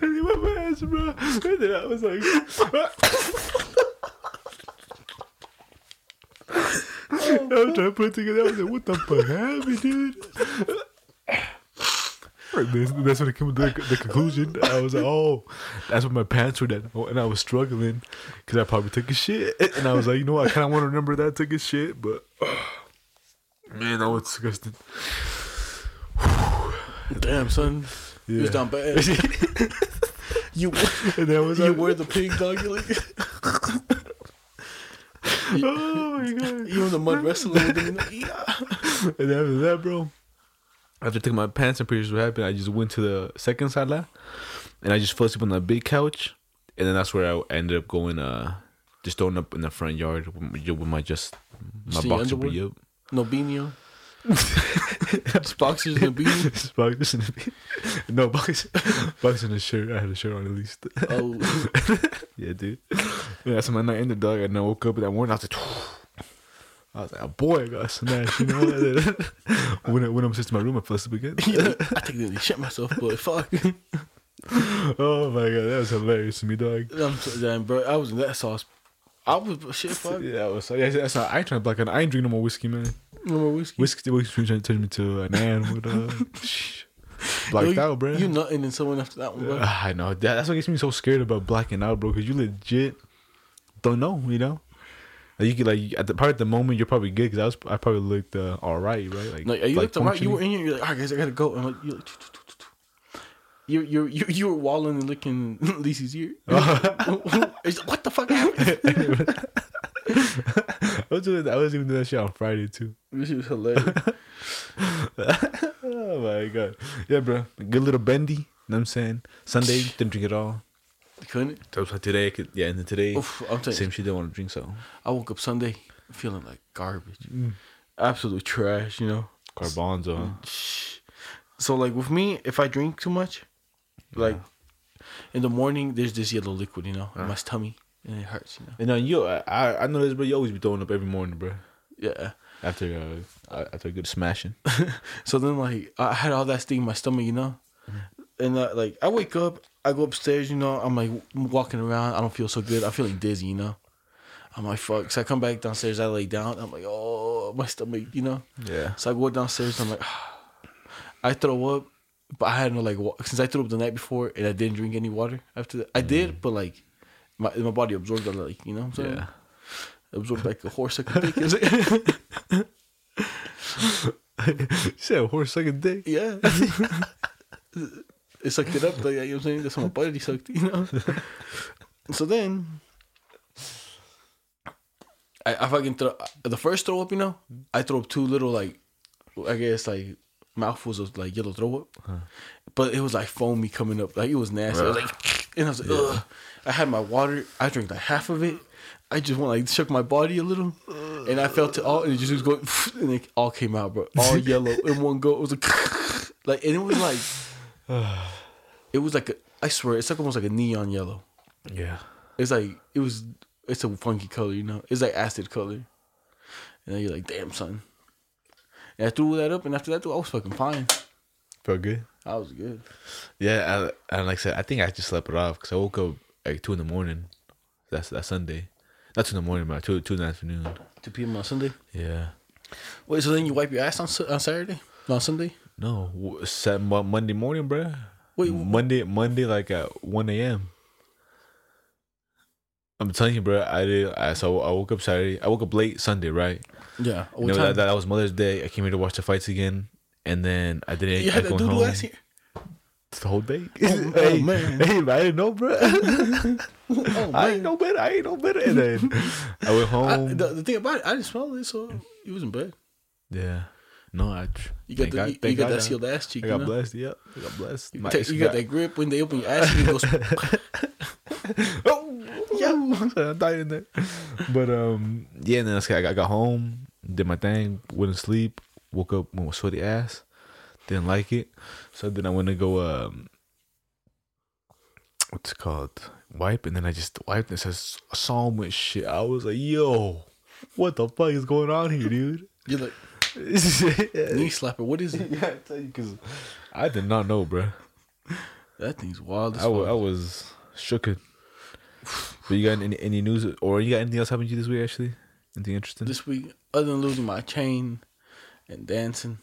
[SPEAKER 2] And he wiped my ass, bro. And then I was like, I was trying to put it together. I was like, what the fuck happened, dude? And That's, that's when I came to the, the conclusion. I was like, oh, that's what my pants were down. And I was struggling because I probably took a shit. And I was like, you know what? I kind of want to remember that I took a shit, but man, that was disgusting.
[SPEAKER 1] Damn, son. You was
[SPEAKER 2] Yeah.
[SPEAKER 1] down bad. you
[SPEAKER 2] And that was
[SPEAKER 1] you
[SPEAKER 2] like,
[SPEAKER 1] were the pig dog. You like
[SPEAKER 2] oh my God.
[SPEAKER 1] you in the mud wrestling with him. you know? Yeah.
[SPEAKER 2] And after that, bro, after taking my pants and pretty sure what happened, I just went to the second sala and I just fell asleep on the big couch. And then that's where I ended up going, uh, just throwing up in the front yard with my- with my just my
[SPEAKER 1] Just in your
[SPEAKER 2] boxer
[SPEAKER 1] underwear?
[SPEAKER 2] be up.
[SPEAKER 1] Nobinio. Just boxers and a beanie.
[SPEAKER 2] It's boxers and a beanie. No, boxers. boxers and a shirt. I had a shirt on at least.
[SPEAKER 1] Oh,
[SPEAKER 2] Yeah, dude. Yeah, so my night ended, dog. And I woke up in that morning. I was like, I was like, boy, I got smashed. You know, And then when I went upstairs to my room, I fell asleep again.
[SPEAKER 1] I technically shit myself, but fuck.
[SPEAKER 2] Oh my god, that was hilarious to me, dog.
[SPEAKER 1] I'm so damn, bro. I was in that sauce. I was shit, fuck.
[SPEAKER 2] Yeah, I was. Yeah, that's how I ain't trying to black out. I ain't drink no more whiskey, man.
[SPEAKER 1] No more whiskey.
[SPEAKER 2] Whiskey, whiskey trying to turn me to an animal, dog. Shh.
[SPEAKER 1] Yo,
[SPEAKER 2] Blacked
[SPEAKER 1] you,
[SPEAKER 2] out, bro.
[SPEAKER 1] You nothing and someone after that one, bro.
[SPEAKER 2] Ah, I know. That, that's what gets me so scared about blacking out, bro. Because you legit don't know, you know. Like you could like at the part at the moment you're probably good because I was I probably looked uh, all right, right? Like,
[SPEAKER 1] Like, you looked around, you were
[SPEAKER 2] functioning.
[SPEAKER 1] in here, you're like, all right, guys, I gotta go. And like, you're like, you you you you were walling and licking Lisa's ear. It's like, what the fuck happened?
[SPEAKER 2] I was doing that. I was even doing that shit on Friday too.
[SPEAKER 1] This shit was hilarious.
[SPEAKER 2] Oh my god, yeah, bro. Good little bendy. You know what I'm saying Sunday didn't drink at all.
[SPEAKER 1] Couldn't.
[SPEAKER 2] So it's like today, I could, yeah, and then today
[SPEAKER 1] Oof, I'm telling you.
[SPEAKER 2] same shit. Didn't want to drink, so
[SPEAKER 1] I woke up Sunday feeling like garbage, absolute trash. You know.
[SPEAKER 2] carbonzo. huh?
[SPEAKER 1] So like with me, if I drink too much, like in the morning, there's this yellow liquid, you know, in my tummy, and it hurts, you know.
[SPEAKER 2] You know, uh, you I- I I know this, bro. You always be throwing up every morning, bro.
[SPEAKER 1] Yeah.
[SPEAKER 2] After uh, after a good smashing.
[SPEAKER 1] So then like I had all that stuff in my stomach, you know, and uh, like I wake up, I go upstairs, you know, I'm like walking around, I don't feel so good, I feel like dizzy, you know. I'm like fuck. So I come back downstairs, I lay down, I'm like oh my stomach, you know.
[SPEAKER 2] Yeah.
[SPEAKER 1] So I go downstairs. I'm like, I throw up, but I had no like wa- since I threw up the night before and I didn't drink any water after that. I did, but like my my body absorbed it, like you know. What I'm saying?
[SPEAKER 2] Mm. Yeah.
[SPEAKER 1] Absorbed like a horse sucking dick. It's like-
[SPEAKER 2] you said a horse sucking dick.
[SPEAKER 1] yeah. it sucked it up. Like, you know what I'm saying? That's how my body sucked. You know. so then. I, I fucking throw the first throw up, you know. I throw up two little like, I guess like mouthfuls of like yellow throw up, but it was like foamy coming up, like it was nasty. I was like, and I was like, ugh. I had my water. I drank like half of it. I just went like shook my body a little, and I felt it all, and it just was going, and it all came out, bro, all yellow in one go. It was like, like, and it was like, it was like a, I swear, it's like almost like a neon yellow.
[SPEAKER 2] Yeah.
[SPEAKER 1] It's like it was. It's a funky color, you know. It's like acid color, and then you're like, "Damn, son." And I threw that up, and after that, dude, I was fucking fine.
[SPEAKER 2] Felt good.
[SPEAKER 1] I was good.
[SPEAKER 2] Yeah, I, and like I said, I think I just slept it off because I woke up like two in the morning. That's that Sunday, not two in the morning, but two two in the afternoon.
[SPEAKER 1] Two p.m. on Sunday.
[SPEAKER 2] Yeah.
[SPEAKER 1] Wait, so then you wipe your ass on Su- on Saturday, No, on Sunday?
[SPEAKER 2] No, w- Sat- Mo- Monday morning, bruh.
[SPEAKER 1] Wait, wh-
[SPEAKER 2] Monday, Monday, like at one a.m. I'm telling you, bro. I did. I so I woke up Saturday. I woke up late Sunday, right?
[SPEAKER 1] Yeah. What
[SPEAKER 2] You know,
[SPEAKER 1] time?
[SPEAKER 2] that, that was Mother's Day. I came here to watch the fights again, and then I didn't.
[SPEAKER 1] you had
[SPEAKER 2] I
[SPEAKER 1] that
[SPEAKER 2] went
[SPEAKER 1] dude
[SPEAKER 2] home.
[SPEAKER 1] last year.
[SPEAKER 2] the whole day.
[SPEAKER 1] Oh,
[SPEAKER 2] hey,
[SPEAKER 1] oh, man.
[SPEAKER 2] hey, man, I didn't know, bro.
[SPEAKER 1] Oh
[SPEAKER 2] I ain't
[SPEAKER 1] man.
[SPEAKER 2] no better. I ain't no better. And then I went
[SPEAKER 1] I,
[SPEAKER 2] home.
[SPEAKER 1] the, the thing about it, I didn't smell it, so it wasn't bad.
[SPEAKER 2] yeah. No, I. tr-
[SPEAKER 1] You got
[SPEAKER 2] thank
[SPEAKER 1] the,
[SPEAKER 2] God-
[SPEAKER 1] you, you
[SPEAKER 2] thank
[SPEAKER 1] got
[SPEAKER 2] God I-
[SPEAKER 1] that sealed ass cheek.
[SPEAKER 2] I
[SPEAKER 1] you
[SPEAKER 2] got
[SPEAKER 1] know?
[SPEAKER 2] blessed. Yep. I got blessed.
[SPEAKER 1] You,
[SPEAKER 2] My
[SPEAKER 1] take-
[SPEAKER 2] ex
[SPEAKER 1] you got that grip when they open your ass. You go,
[SPEAKER 2] Oh, yeah. I died in there. But um, yeah. And then I got- I got, I got home, did my thing, wouldn't sleep, woke up with a sweaty ass, didn't like it. So then I went to go um, what's it called? Wipe, and then I just wiped. And it says salmon shit. I was like, yo, what the fuck is going on here, dude?
[SPEAKER 1] you're like knee
[SPEAKER 2] yeah,
[SPEAKER 1] slapper. What is it?
[SPEAKER 2] I tell you, cause I did not know, bro.
[SPEAKER 1] That thing's wild. As
[SPEAKER 2] I wa-
[SPEAKER 1] fuck.
[SPEAKER 2] I was shooken. But you got any, any news or you got anything else happened to you this week? Actually, anything interesting?
[SPEAKER 1] this week, other than losing my chain and dancing,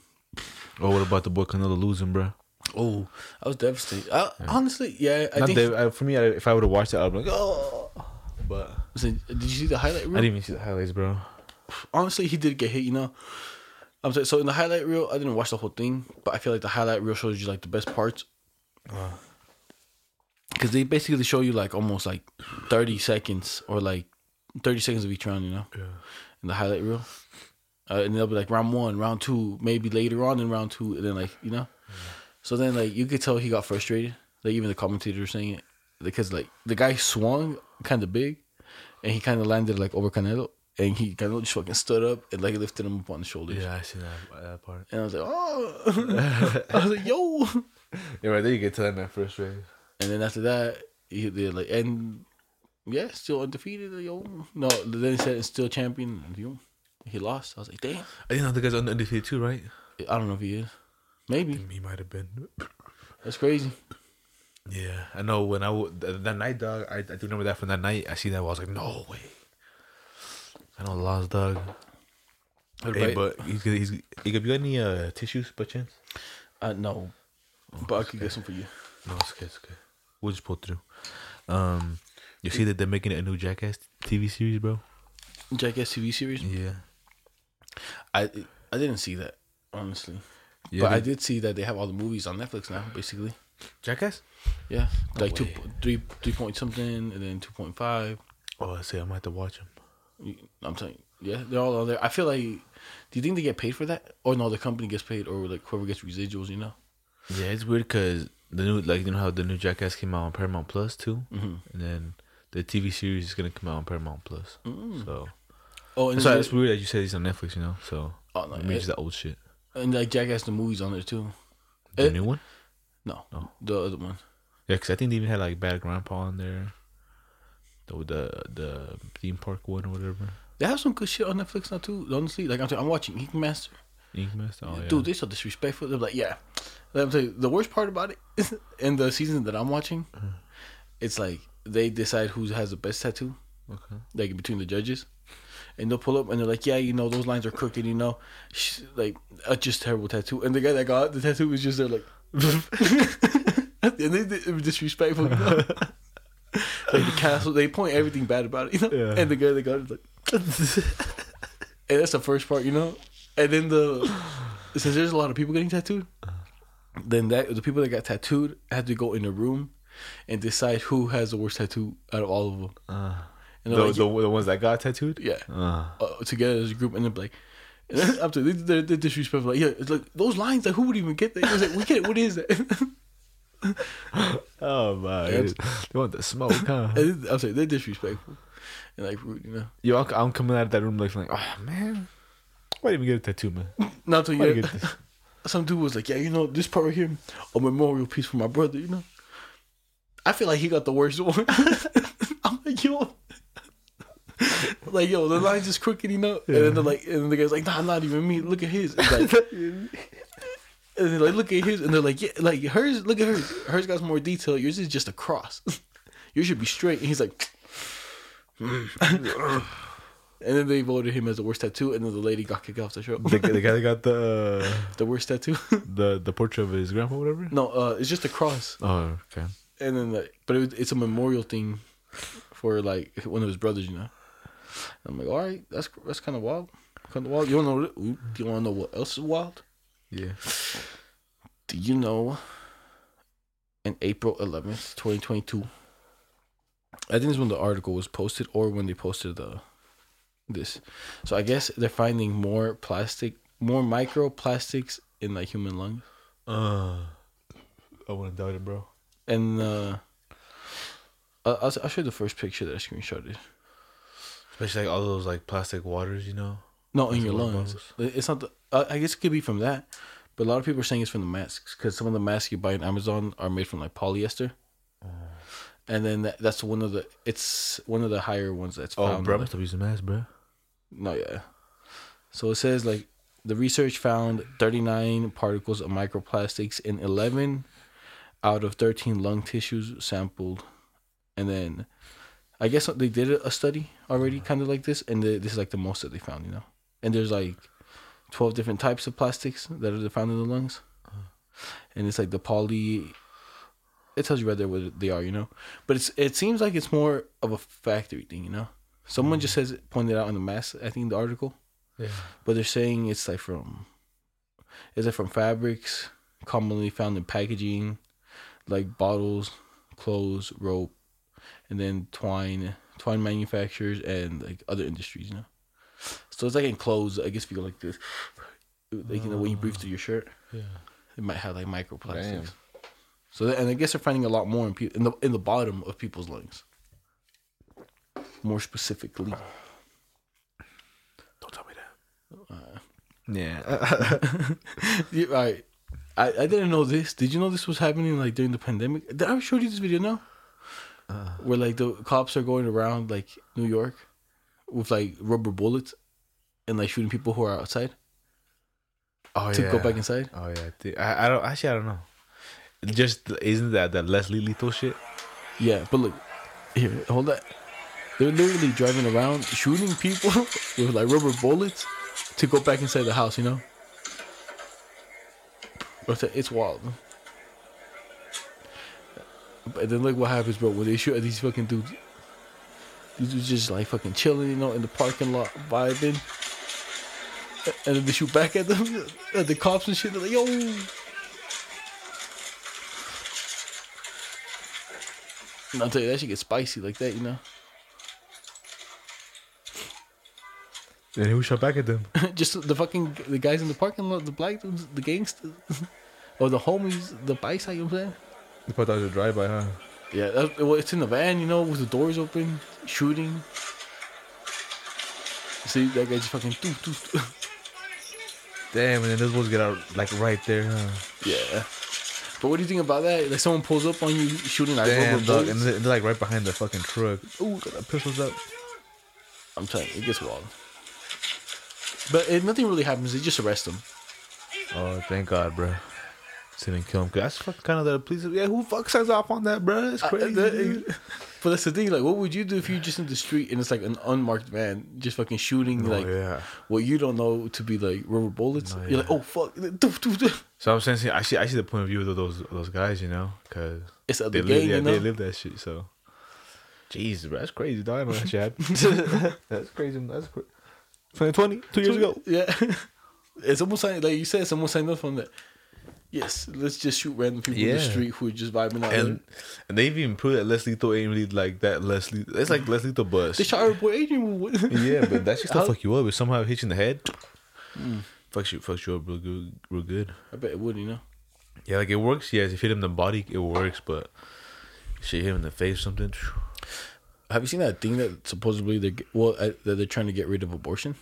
[SPEAKER 2] oh, what about the boy Canelo losing, bro?
[SPEAKER 1] oh, I was devastated. I, Honestly, yeah, I
[SPEAKER 2] Not
[SPEAKER 1] think.
[SPEAKER 2] that, I, for me, I, if I would have watched it, I'd be like, oh. But
[SPEAKER 1] So, did you see the highlight
[SPEAKER 2] I
[SPEAKER 1] reel?
[SPEAKER 2] didn't even see the highlights, bro.
[SPEAKER 1] Honestly, he did get hit. You know, I'm sorry. So in the highlight reel, I didn't watch the whole thing, but I feel like the highlight reel shows you like the best parts. Because they basically show you like almost like 30 seconds or like 30 seconds of each round, you know,
[SPEAKER 2] Yeah.
[SPEAKER 1] in the highlight reel. Uh, and they'll be like round one, round two, maybe later on in round two, and then like you know. So then like you could tell he got frustrated. Like even the commentator was saying it because like the guy swung kind of big, and he kind of landed like over Canelo, and he kind of just fucking stood up and like lifted him up on the shoulders.
[SPEAKER 2] Yeah, I see that, that part.
[SPEAKER 1] And I was like, oh, I was like, yo.
[SPEAKER 2] Yeah, right there you get to that man first wave.
[SPEAKER 1] And then after that, he did like, and yeah, still undefeated, yo. No, then he said still champion. and Yo, he lost. I was like, damn.
[SPEAKER 2] I think the guy's undefeated too, right?
[SPEAKER 1] I don't know if he is. Maybe
[SPEAKER 2] He might have been.
[SPEAKER 1] that's crazy.
[SPEAKER 2] Yeah, I know. When I w- th- that night, dog, I, I do remember that from that night. I see that I was like, no way. I know lost dog. Hey,
[SPEAKER 1] Right?
[SPEAKER 2] but he's gonna- he's. Hey, have you got any uh, tissues by chance?
[SPEAKER 1] Uh, no, but I could get some for you.
[SPEAKER 2] No, it's okay. It's okay. We'll just pull through. Um, you see that they're making a new Jackass TV series, bro?
[SPEAKER 1] Jackass TV series.
[SPEAKER 2] Yeah.
[SPEAKER 1] I I didn't see that honestly,
[SPEAKER 2] Yeah,
[SPEAKER 1] but
[SPEAKER 2] they-
[SPEAKER 1] I did see that they have all the movies on Netflix now, basically.
[SPEAKER 2] Jackass?
[SPEAKER 1] Yeah, like two,
[SPEAKER 2] way.
[SPEAKER 1] three, three point something, and then two point five.
[SPEAKER 2] Oh, I see. I might have to watch him.
[SPEAKER 1] I'm telling you, yeah, they're all on there. I feel like, do you think they get paid for that, or no, the company gets paid, or like whoever gets residuals, you know?
[SPEAKER 2] Yeah, it's weird because the new, like, you know how the new Jackass came out on Paramount Plus too, and then the TV series is gonna come out on Paramount Plus. So
[SPEAKER 1] Oh, and,
[SPEAKER 2] that's why
[SPEAKER 1] it's
[SPEAKER 2] it's weird that you said he's on Netflix, you know. So
[SPEAKER 1] Oh, no,
[SPEAKER 2] it means
[SPEAKER 1] it-
[SPEAKER 2] that old shit.
[SPEAKER 1] like- and like Jackass the movies on there too.
[SPEAKER 2] The
[SPEAKER 1] it-
[SPEAKER 2] new one,
[SPEAKER 1] No,
[SPEAKER 2] No.
[SPEAKER 1] the other one.
[SPEAKER 2] yeah, because I think they even had like Bad Grandpa on there, the the, the theme park one or whatever.
[SPEAKER 1] They have some good shit on Netflix now too. Honestly, like I'm, telling- I'm watching Ink Master.
[SPEAKER 2] Ink Master, oh, yeah.
[SPEAKER 1] Dude, they're so disrespectful. They're like, yeah. Let me tell you, the worst part about it is in the season that I'm watching,
[SPEAKER 2] Uh-huh.
[SPEAKER 1] it's like they decide who has the best tattoo,
[SPEAKER 2] Okay.
[SPEAKER 1] like between the judges. And they'll pull up and they're like, yeah, you know, those lines are crooked, you know, sh- like, uh, just terrible tattoo. And the guy that got the tattoo was just there, like, and they did, it was disrespectful, you know? like the castle, they point everything bad about it, you know?
[SPEAKER 2] Yeah.
[SPEAKER 1] And the guy that got it, was like, and that's the first part, you know. And then the since there's a lot of people getting tattooed, then that the people that got tattooed had to go in a room and decide who has the worst tattoo out of all of them.
[SPEAKER 2] Uh,
[SPEAKER 1] And
[SPEAKER 2] the,
[SPEAKER 1] they're
[SPEAKER 2] the,
[SPEAKER 1] like,
[SPEAKER 2] the ones that got tattooed.
[SPEAKER 1] yeah,
[SPEAKER 2] Uh,
[SPEAKER 1] uh, together as a group, and they're like. And then after they, they're, they're disrespectful, like yeah, it's like those lines. Like who would even get that? It's like we get what is that?
[SPEAKER 2] oh my!
[SPEAKER 1] Yes.
[SPEAKER 2] They want the smoke, huh?
[SPEAKER 1] And I'm sorry, they're disrespectful and like rude, you know.
[SPEAKER 2] Yo, I'm, I'm coming out of that room like, like, oh man, why did we get a tattoo, man?
[SPEAKER 1] Not to
[SPEAKER 2] Why did
[SPEAKER 1] you.
[SPEAKER 2] we get this?
[SPEAKER 1] some dude was like, "Yeah, you know, this part right here, a memorial piece for my brother." You know, I feel like he got the worst one. I'm like, yo, like yo, the line's just crooked, you know. And then they're like, and then the guy's like, "Nah, not even me. Look at his." It's like, and they're like, "Look at his," and they're like, "Yeah, like hers. Look at hers. Hers got some more detail. Yours is just a cross. Yours should be straight." And he's like. And then they voted him as the worst tattoo, and then the lady got kicked off the show.
[SPEAKER 2] the, guy- the guy that got the
[SPEAKER 1] The worst tattoo.
[SPEAKER 2] the the portrait of his grandpa, whatever.
[SPEAKER 1] No, uh, it's just a cross,
[SPEAKER 2] Oh, okay.
[SPEAKER 1] and then like, but it, it's a memorial thing for like one of his brothers, you know. I'm like, all right, that's that's kind of wild, kind of wild. You want to know? You want to know what else is wild?
[SPEAKER 2] Yeah.
[SPEAKER 1] Do you know? In April 11th, 2022, I think it's when the article was posted, or when they posted the this. So I guess they're finding more plastic, more microplastics in like human lungs.
[SPEAKER 2] Uh, I wouldn't doubt it, bro.
[SPEAKER 1] And uh, I- I'll, I'll show you the first picture that I screenshotted.
[SPEAKER 2] Especially like all those like plastic waters, you know.
[SPEAKER 1] No, in
[SPEAKER 2] That's
[SPEAKER 1] your
[SPEAKER 2] what it
[SPEAKER 1] lungs. It's not the. I I guess it could be from that, but a lot of people are saying it's from the masks because some of the masks you buy on Amazon are made from like polyester,
[SPEAKER 2] Uh.
[SPEAKER 1] and then that, that's one of the. It's one of the higher ones that's
[SPEAKER 2] Oh,
[SPEAKER 1] found. on
[SPEAKER 2] bro, I
[SPEAKER 1] the-
[SPEAKER 2] must have used a mask, bro.
[SPEAKER 1] No, yeah. So it says like the research found 39 particles of microplastics in 11 out of 13 lung tissues sampled, and then I guess they did a study already, kind of like this, and the, this is like the most that they found, you know. And there's like 12 different types of plastics that are found in the lungs, and it's like the poly. It tells you right there what they are, you know. But it's it seems like it's more of a factory thing, you know. Someone just says pointed out in the mass, I think the article,
[SPEAKER 2] Yeah.
[SPEAKER 1] but they're saying it's like from, is it from fabrics commonly found in packaging, like bottles, clothes, rope, and then twine, twine manufacturers and like other industries, you know. So it's like in clothes. I guess if you go like this, like you know when you breathe through your shirt,
[SPEAKER 2] Yeah.
[SPEAKER 1] it might have like microplastics.
[SPEAKER 2] Damn.
[SPEAKER 1] So th- and I guess they're finding a lot more in, peo- in the in the bottom of people's lungs. More specifically,
[SPEAKER 2] Uh, Yeah.
[SPEAKER 1] Yeah, all right. I, I didn't know this. Did you know this was happening like during the pandemic? Did I show you this video now? Where like the cops are going around like New York with like rubber bullets and like shooting people who are outside
[SPEAKER 2] Oh
[SPEAKER 1] to
[SPEAKER 2] yeah.
[SPEAKER 1] go back inside.
[SPEAKER 2] Oh yeah. dude. I, I don't. Actually, I don't know. Just isn't that that Leslie Lethal shit?
[SPEAKER 1] Yeah, but look, here, hold that. They're literally driving around shooting people with like rubber bullets to go back inside the house. You know, But it's- it's wild. But then look what happens, bro. When they shoot at these fucking dudes, these dudes just like fucking chilling, you know, in the parking lot vibing. And then they shoot back at them, at the cops and shit. They're like, yo. And I'll tell you, that shit gets spicy like that, you know?
[SPEAKER 2] And who shot back at them?
[SPEAKER 1] just the fucking the guys in the parking lot, the black dudes, the gangsters, or the homies, the bikes. You know what I'm saying?
[SPEAKER 2] I thought that was a drive-by, huh?
[SPEAKER 1] Yeah, that's, well, it's in the van, you know, with the doors open, shooting. See that guy just fucking doo, doo, doo.
[SPEAKER 2] Damn, and then those ones get out like right there, huh?
[SPEAKER 1] yeah. But what do you think about that? Like someone pulls up on you shooting like
[SPEAKER 2] Damn,
[SPEAKER 1] rubber
[SPEAKER 2] dog, and
[SPEAKER 1] bullets.
[SPEAKER 2] they're, they're like right behind the fucking truck. Ooh, got the pistols up.
[SPEAKER 1] I'm telling you, it gets wild. But it, nothing really happens. They just arrest them.
[SPEAKER 2] Oh, thank God, bro. Sit and kill him. 'Cause That's fuck kind of the police. Yeah, who fuck signs off on that, bro? It's
[SPEAKER 1] I-
[SPEAKER 2] crazy.
[SPEAKER 1] that-
[SPEAKER 2] dude.
[SPEAKER 1] Uh, But that's the thing. Like, what would you do if you just in the street and it's like an unmarked van just fucking shooting
[SPEAKER 2] Oh,
[SPEAKER 1] like
[SPEAKER 2] yeah.
[SPEAKER 1] what you don't know to be like rubber bullets?
[SPEAKER 2] No,
[SPEAKER 1] You're
[SPEAKER 2] yeah.
[SPEAKER 1] like, oh fuck! Doof, doof, doof.
[SPEAKER 2] So I'm saying, see, I see, I see the point of view of those those guys, you know, because
[SPEAKER 1] It's the
[SPEAKER 2] they
[SPEAKER 1] gang,
[SPEAKER 2] live, yeah,
[SPEAKER 1] you
[SPEAKER 2] they
[SPEAKER 1] know.
[SPEAKER 2] live that shit. So, jeez, bro, that's crazy, dog. I know that shit happened. that's crazy. That's crazy. 2020, two years ago.
[SPEAKER 1] Yeah. It's almost like, like you said, it's almost like nothing from that. Yes, let's just shoot random people in the
[SPEAKER 2] Yeah.
[SPEAKER 1] street who are just vibing out.
[SPEAKER 2] And and they've even proved that Leslie Lethal ain't really like that Leslie. It's like Leslie Lethal
[SPEAKER 1] they
[SPEAKER 2] bus.
[SPEAKER 1] shot our boy Adrian. with-
[SPEAKER 2] Yeah, but that shit still
[SPEAKER 1] How-
[SPEAKER 2] fuck you up. If somehow hits you in the head,
[SPEAKER 1] Mm.
[SPEAKER 2] fucks you, fucks you up real good, real good.
[SPEAKER 1] I bet it would, you know.
[SPEAKER 2] Yeah, like it works. Yeah, if you hit him in the body, it works. But shit, hit him in the face, or something. phew.
[SPEAKER 1] Have you seen that thing that supposedly they're ge- well uh, that they're trying to get rid of abortion?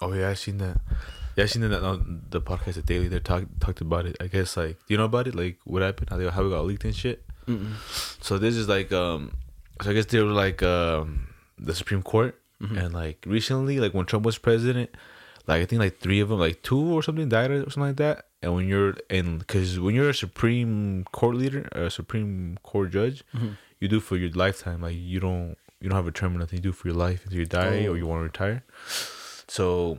[SPEAKER 2] Oh yeah, I seen that. Yeah, I seen that on the podcast at Daily. They talk, talked about it. I guess like do you know about it, like what happened, how, they, how it got leaked and shit. So this is like, um, so I guess they were like um, the Supreme Court, and like recently, like when Trump was president, like I think like three of them, like two or something died or something like that. And when you're and because when you're a Supreme Court leader or a Supreme Court judge, you do for your lifetime. Like you don't you don't have a term or nothing. You do for your life until you die
[SPEAKER 1] Oh.
[SPEAKER 2] or you want to retire. So,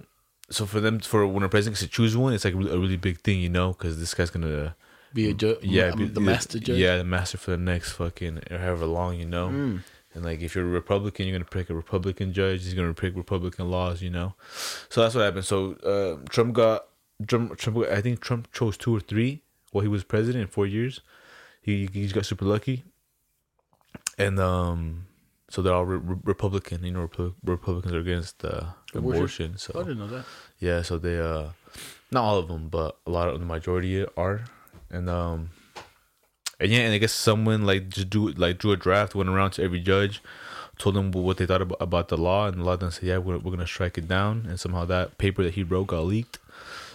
[SPEAKER 2] so for them, for when a president gets to choose one, it's like a really big thing, you know, because this guy's gonna,
[SPEAKER 1] Be a judge,
[SPEAKER 2] yeah,
[SPEAKER 1] Mm. yeah,
[SPEAKER 2] be-
[SPEAKER 1] the master judge.
[SPEAKER 2] yeah, the master for the next fucking or however long, you know.
[SPEAKER 1] Mm.
[SPEAKER 2] And like, if you're a Republican, you're gonna pick a Republican judge. He's gonna pick Republican laws, you know. So that's what happened. So uh, Trump got Trump, Trump. got- I think Trump chose two or three while he was president in four years. He he just got super lucky, and um, so they're all re- re- Republican. You know, Repu- Republicans are against uh,
[SPEAKER 1] Abortion.
[SPEAKER 2] abortion. So
[SPEAKER 1] I didn't know that.
[SPEAKER 2] yeah, so they uh not all of them, but a lot of the majority are. And um and yeah, and I guess someone like just do like drew a draft, went around to every judge, told them what they thought about, about the law, and a lot of them said, "Yeah, we're, we're gonna strike it down." And somehow that paper that he wrote got leaked.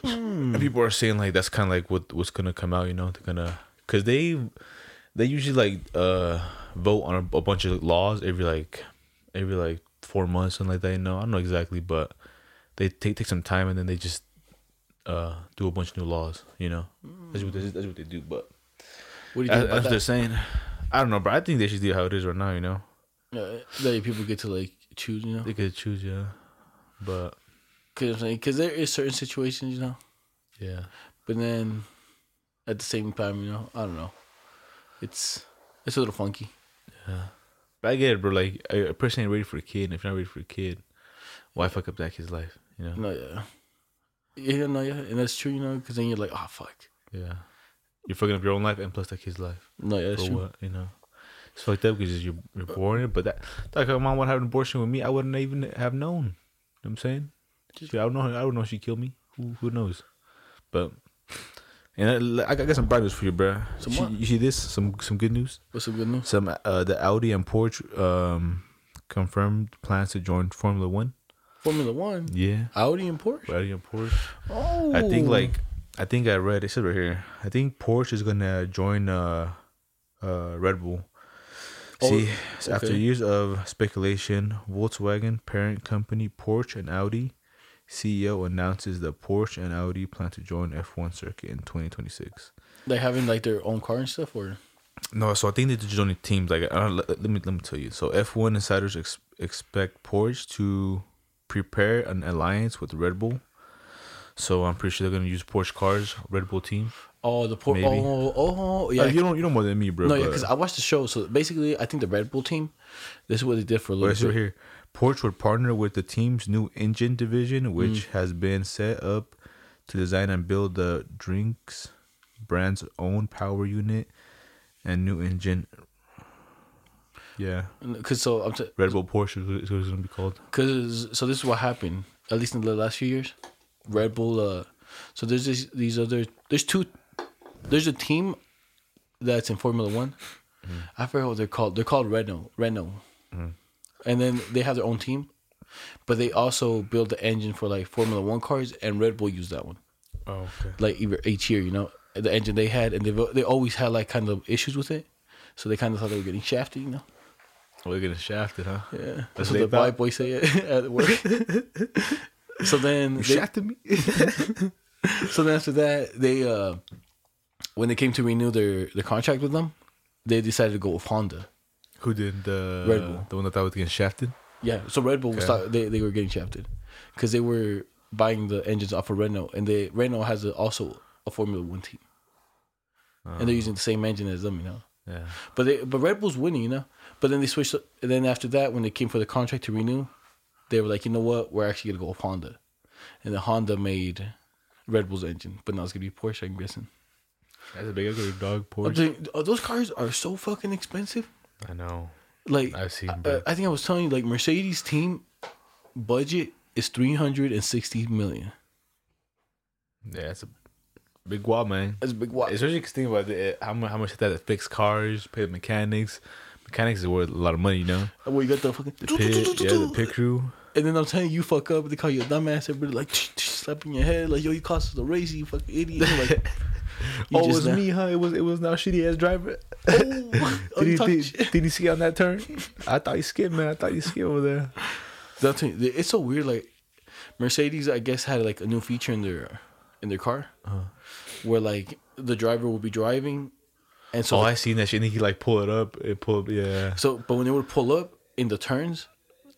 [SPEAKER 2] And people are saying like that's kind of like what what's gonna come out, you know? They're gonna because they they usually like uh vote on a, a bunch of laws every like every like four months something like that. You know, I don't know exactly, but they take take some time and then they just uh do a bunch of new laws. You know, that's what they, that's what they do. But
[SPEAKER 1] What do you think
[SPEAKER 2] that's, that's
[SPEAKER 1] about
[SPEAKER 2] what
[SPEAKER 1] that?
[SPEAKER 2] they're saying. I don't know, but I think they should do how it is right now. You know,
[SPEAKER 1] Yeah, Uh, that people get to like choose, you know.
[SPEAKER 2] they could choose, yeah. But
[SPEAKER 1] Because there is certain situations, you know.
[SPEAKER 2] yeah,
[SPEAKER 1] But then, at the same time, you know, I don't know. It's it's a little funky.
[SPEAKER 2] but I get it, bro. Like a a person ain't ready for a kid, and if you're not ready for a kid, why fuck up that kid's life? You know?
[SPEAKER 1] No, yeah, yeah, no, yeah, and that's true, you know. Because then you're like, oh fuck,
[SPEAKER 2] Yeah, you're fucking up your own life and plus that kid's life.
[SPEAKER 1] no, yeah, that's
[SPEAKER 2] for
[SPEAKER 1] true.
[SPEAKER 2] what you know. It's fucked up because you're you're born it, but that that kind of mom would have an abortion with me. I wouldn't even have known. You know what I'm saying, Shit, I don't know. I don't know. She killed me. Who who knows? But and I, I got some bad news for you, bro.
[SPEAKER 1] Some
[SPEAKER 2] You see-
[SPEAKER 1] what?
[SPEAKER 2] You see this? Some some good news.
[SPEAKER 1] What's some good news?
[SPEAKER 2] Some uh, the Audi and Porsche um confirmed plans to join Formula One.
[SPEAKER 1] Formula One,
[SPEAKER 2] Yeah.
[SPEAKER 1] Audi and Porsche.
[SPEAKER 2] Audi and Porsche.
[SPEAKER 1] Oh,
[SPEAKER 2] I think like I think I read it said right here. I think Porsche is gonna join uh uh Red Bull.
[SPEAKER 1] Oh,
[SPEAKER 2] See, so after
[SPEAKER 1] okay.
[SPEAKER 2] years of speculation, Volkswagen parent company Porsche and Audi CEO announces that Porsche and Audi plan to join F1 circuit in 2026.
[SPEAKER 1] they having like their own car and stuff, or
[SPEAKER 2] No, so I think they're just joining teams. Like, I don't, let, let me let me tell you. So F1 insiders ex- expect Porsche to prepare an alliance with Red Bull. So I'm pretty sure they're gonna use Porsche cars, Red Bull team.
[SPEAKER 1] oh the Porsche.
[SPEAKER 2] Maybe.
[SPEAKER 1] Oh, oh, yeah.
[SPEAKER 2] Uh, you don't you know more than me, bro.
[SPEAKER 1] no, yeah,
[SPEAKER 2] but-
[SPEAKER 1] because I watched the show. So basically, I think the Red Bull team. This is what they did for a
[SPEAKER 2] but it's
[SPEAKER 1] little
[SPEAKER 2] right
[SPEAKER 1] bit.
[SPEAKER 2] here. Porsche would partner with the team's new engine division, which has been set up to design and build the drinks brand's own power unit and new engine. Yeah,
[SPEAKER 1] Because so I'm t-
[SPEAKER 2] Red Bull Porsche is what it's gonna be called.
[SPEAKER 1] Cause so this is what happened. At least in the last few years, Red Bull. Uh, so there's this, these other. There's two. There's a team that's in Formula One. I forget what they're called. They're called Renault. Renault. And then they have their own team, but they also build the engine for like Formula One cars, and Red Bull used that one.
[SPEAKER 2] Oh, okay.
[SPEAKER 1] Like either each year, you know, the engine they had, and they they always had like kind of issues with it, so they kind of thought they were getting shafted, you know.
[SPEAKER 2] We're getting shafted, huh?
[SPEAKER 1] Yeah, that's what
[SPEAKER 2] That's what
[SPEAKER 1] the
[SPEAKER 2] they thought.
[SPEAKER 1] white boy say at work. so then, they-
[SPEAKER 2] shafted me.
[SPEAKER 1] so then after that, they uh, when they came to renew their their contract with them, they decided to go with Honda.
[SPEAKER 2] Who did the
[SPEAKER 1] Red Bull.
[SPEAKER 2] The one that thought was getting shafted.
[SPEAKER 1] Yeah, so Red Bull was
[SPEAKER 2] Okay.
[SPEAKER 1] thought- they they were getting shafted because they were buying the engines off of Renault, and they Renault has a, also a Formula One team, and
[SPEAKER 2] Oh.
[SPEAKER 1] they're using the same engine as them, you know.
[SPEAKER 2] Yeah.
[SPEAKER 1] But they but Red Bull's winning, you know. But then they switched. And then after that, when they came for the contract to renew, they were like, you know what, we're actually gonna go with Honda, and the Honda made Red Bull's engine, but now it's gonna be Porsche. I'm guessing.
[SPEAKER 2] That's a big ugly dog
[SPEAKER 1] I'm
[SPEAKER 2] Porsche.
[SPEAKER 1] saying, oh, those cars are so fucking expensive.
[SPEAKER 2] I know.
[SPEAKER 1] Like
[SPEAKER 2] I've seen,
[SPEAKER 1] I-
[SPEAKER 2] bro.
[SPEAKER 1] I, think I was telling you, like Mercedes team budget is three hundred and sixty million.
[SPEAKER 2] Yeah, it's a big guap, man.
[SPEAKER 1] That's a big watch.
[SPEAKER 2] Especially because think about it, eh, how much how much that to fix cars, pay the mechanics. Mechanics is worth a lot of money, you know.
[SPEAKER 1] Well, you got the fucking
[SPEAKER 2] The pit, yeah, the pit crew.
[SPEAKER 1] And then I'm telling you, you fuck up. They call you a dumbass. Everybody like slapping your head, like yo, you cost us the race, you fucking idiot. I'm Like, you
[SPEAKER 2] oh, it
[SPEAKER 1] just
[SPEAKER 2] was
[SPEAKER 1] now-
[SPEAKER 2] me, huh? It was it was now shitty ass driver.
[SPEAKER 1] Oh, oh,
[SPEAKER 2] Did
[SPEAKER 1] you
[SPEAKER 2] he,
[SPEAKER 1] talking
[SPEAKER 2] did,
[SPEAKER 1] shit.
[SPEAKER 2] did he see on that turn? I thought you skipped, man. I thought you skipped over there.
[SPEAKER 1] That's what- it's so weird. Like Mercedes, I guess had like a new feature in their in their car, where like the driver will be driving, and so
[SPEAKER 2] oh, I seen that shit. And he like pull it up, it pull up, yeah.
[SPEAKER 1] so. But when they would pull up in the turns,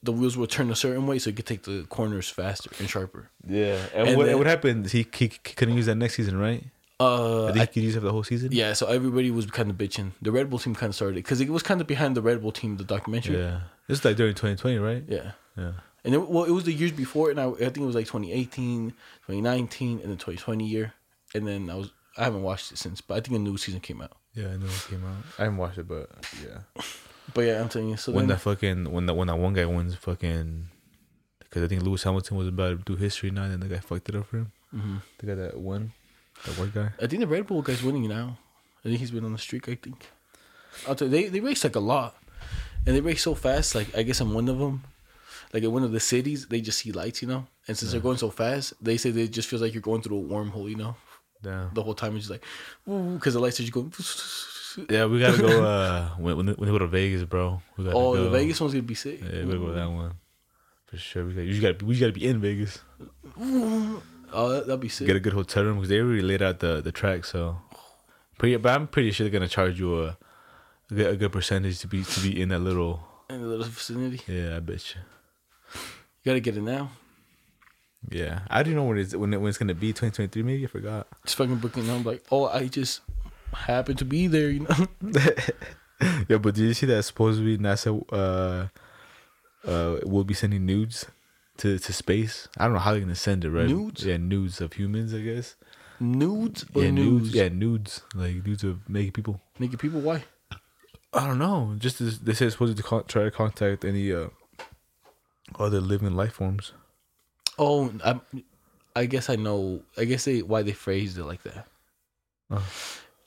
[SPEAKER 1] the wheels would turn a certain way, so you could take the corners faster and sharper.
[SPEAKER 2] Yeah, and,
[SPEAKER 1] And
[SPEAKER 2] what,
[SPEAKER 1] then-
[SPEAKER 2] what happened? He, he, he couldn't use that next season, right?
[SPEAKER 1] Uh,
[SPEAKER 2] I think he could use it for the whole season.
[SPEAKER 1] yeah. So everybody was kind of bitching. The Red Bull team kind of started because it was kind of behind the Red Bull team. The documentary.
[SPEAKER 2] yeah. This is like during 2020, right?
[SPEAKER 1] Yeah.
[SPEAKER 2] Yeah.
[SPEAKER 1] And it, well, it was the years before, and I, I think it was like 2018, 2019, and the 2020 year. And then I was I haven't watched it since, but I think a new season came out.
[SPEAKER 2] Yeah, I know it came out. I haven't watched it, but yeah.
[SPEAKER 1] But yeah, I'm telling you. So
[SPEAKER 2] When
[SPEAKER 1] then,
[SPEAKER 2] that fucking when that when that one guy wins fucking, because I think Lewis Hamilton was about to do history now, and the guy fucked it up for him.
[SPEAKER 1] Mhm.
[SPEAKER 2] The guy that won, that white guy.
[SPEAKER 1] I think the Red Bull guy's winning now. I think he's been on the streak. I think. I'll tell you, they they race like a lot, and they race so fast. Like I guess I'm one of them. Like in one of the cities, they just see lights, you know. And since they're going so fast, they say they just feels like you're going through a wormhole, you know.
[SPEAKER 2] Damn.
[SPEAKER 1] The whole time it's just like, because the lights are just going.
[SPEAKER 2] Yeah, we gotta go. Uh, when when when we go to Vegas, bro. We gotta
[SPEAKER 1] Oh,
[SPEAKER 2] go.
[SPEAKER 1] the Vegas one's gonna be sick.
[SPEAKER 2] Yeah, we gotta go to that one for sure. We gotta, you gotta we gotta be in Vegas.
[SPEAKER 1] Oh, that, that'd be sick.
[SPEAKER 2] Get a good hotel room because they already laid out the the track. So, pretty. But I'm pretty sure they're gonna charge you a a good, a good percentage to be to be in that little.
[SPEAKER 1] in the little vicinity.
[SPEAKER 2] Yeah, I bet you.
[SPEAKER 1] You gotta get it now.
[SPEAKER 2] Yeah, I don't know when it's when, it, when it's gonna be 2023. Maybe I forgot.
[SPEAKER 1] It's fucking booking. I'm like, oh, I just happened to be there, you know.
[SPEAKER 2] yeah, but did you see that supposedly NASA uh uh will be sending nudes to to space? I don't know how they're gonna send it, right?
[SPEAKER 1] Nudes?
[SPEAKER 2] yeah, nudes of humans, I guess.
[SPEAKER 1] nudes or
[SPEAKER 2] yeah,
[SPEAKER 1] nudes?
[SPEAKER 2] yeah, nudes, like nudes of naked people.
[SPEAKER 1] Naked people, why?
[SPEAKER 2] I don't know. Just as they said, supposed to con- try to contact any uh other living life forms.
[SPEAKER 1] Oh, I, I guess I know. I guess they why they phrased it like that.
[SPEAKER 2] Uh.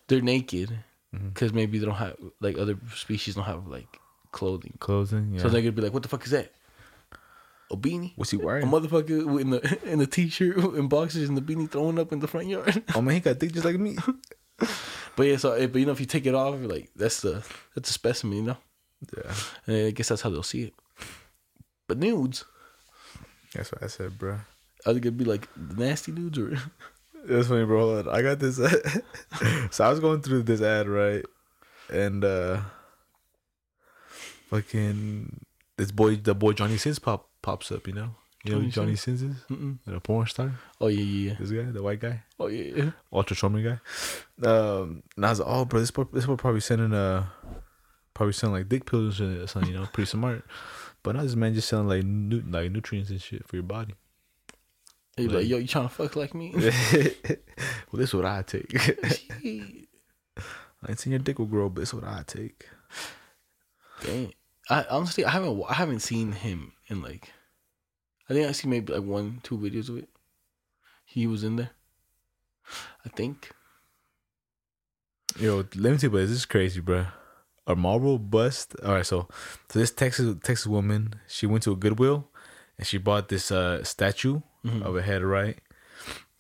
[SPEAKER 1] They're naked
[SPEAKER 2] Mm-hmm.
[SPEAKER 1] because maybe they don't have like other species don't have like clothing,
[SPEAKER 2] Clothing, yeah.
[SPEAKER 1] so they're gonna be like, what the fuck is that? a beanie.
[SPEAKER 2] What's he
[SPEAKER 1] A
[SPEAKER 2] wearing?
[SPEAKER 1] motherfucker in the in the t-shirt and boxers and the beanie thrown up in the front yard.
[SPEAKER 2] Oh man, he got dick just like me.
[SPEAKER 1] But yeah, so eh, but you know if you take it off, like that's the that's a specimen, you know.
[SPEAKER 2] Yeah,
[SPEAKER 1] And I guess that's how they'll see it. But nudes,
[SPEAKER 2] that's what I said, bro.
[SPEAKER 1] are they gonna be like the nasty nudes or?
[SPEAKER 2] That's funny, bro. Hold on. I got this. so I was going through this ad, right? And uh fucking this boy, the boy Johnny Sins pop pops up. You know, you know who
[SPEAKER 1] Johnny
[SPEAKER 2] Johnny Sins is
[SPEAKER 1] Mm-mm.
[SPEAKER 2] the porn star.
[SPEAKER 1] Oh yeah, yeah, yeah.
[SPEAKER 2] This guy, the white guy,
[SPEAKER 1] Oh yeah, yeah.
[SPEAKER 2] ultra charming guy. Um, and I was like, oh, bro, this boy, this boy probably sending uh probably sending like dick pills and shit or something. You know, pretty smart. But now this man just selling like nu- like nutrients and shit for your body.
[SPEAKER 1] They be like, yo, you trying to fuck like me?
[SPEAKER 2] well, this is what I take. I ain't seen your dick will grow, but it's what I take.
[SPEAKER 1] Dang. I honestly, I haven't, I haven't seen him in like, I think I see maybe like one, two videos of it. He was in there. I think.
[SPEAKER 2] Yo, let me see, but this is crazy, bro. A Marlboro bust. All right, so so this Texas Texas woman, she went to a Goodwill, and she bought this uh statue
[SPEAKER 1] Mm-hmm. Hmm.
[SPEAKER 2] of a head, right?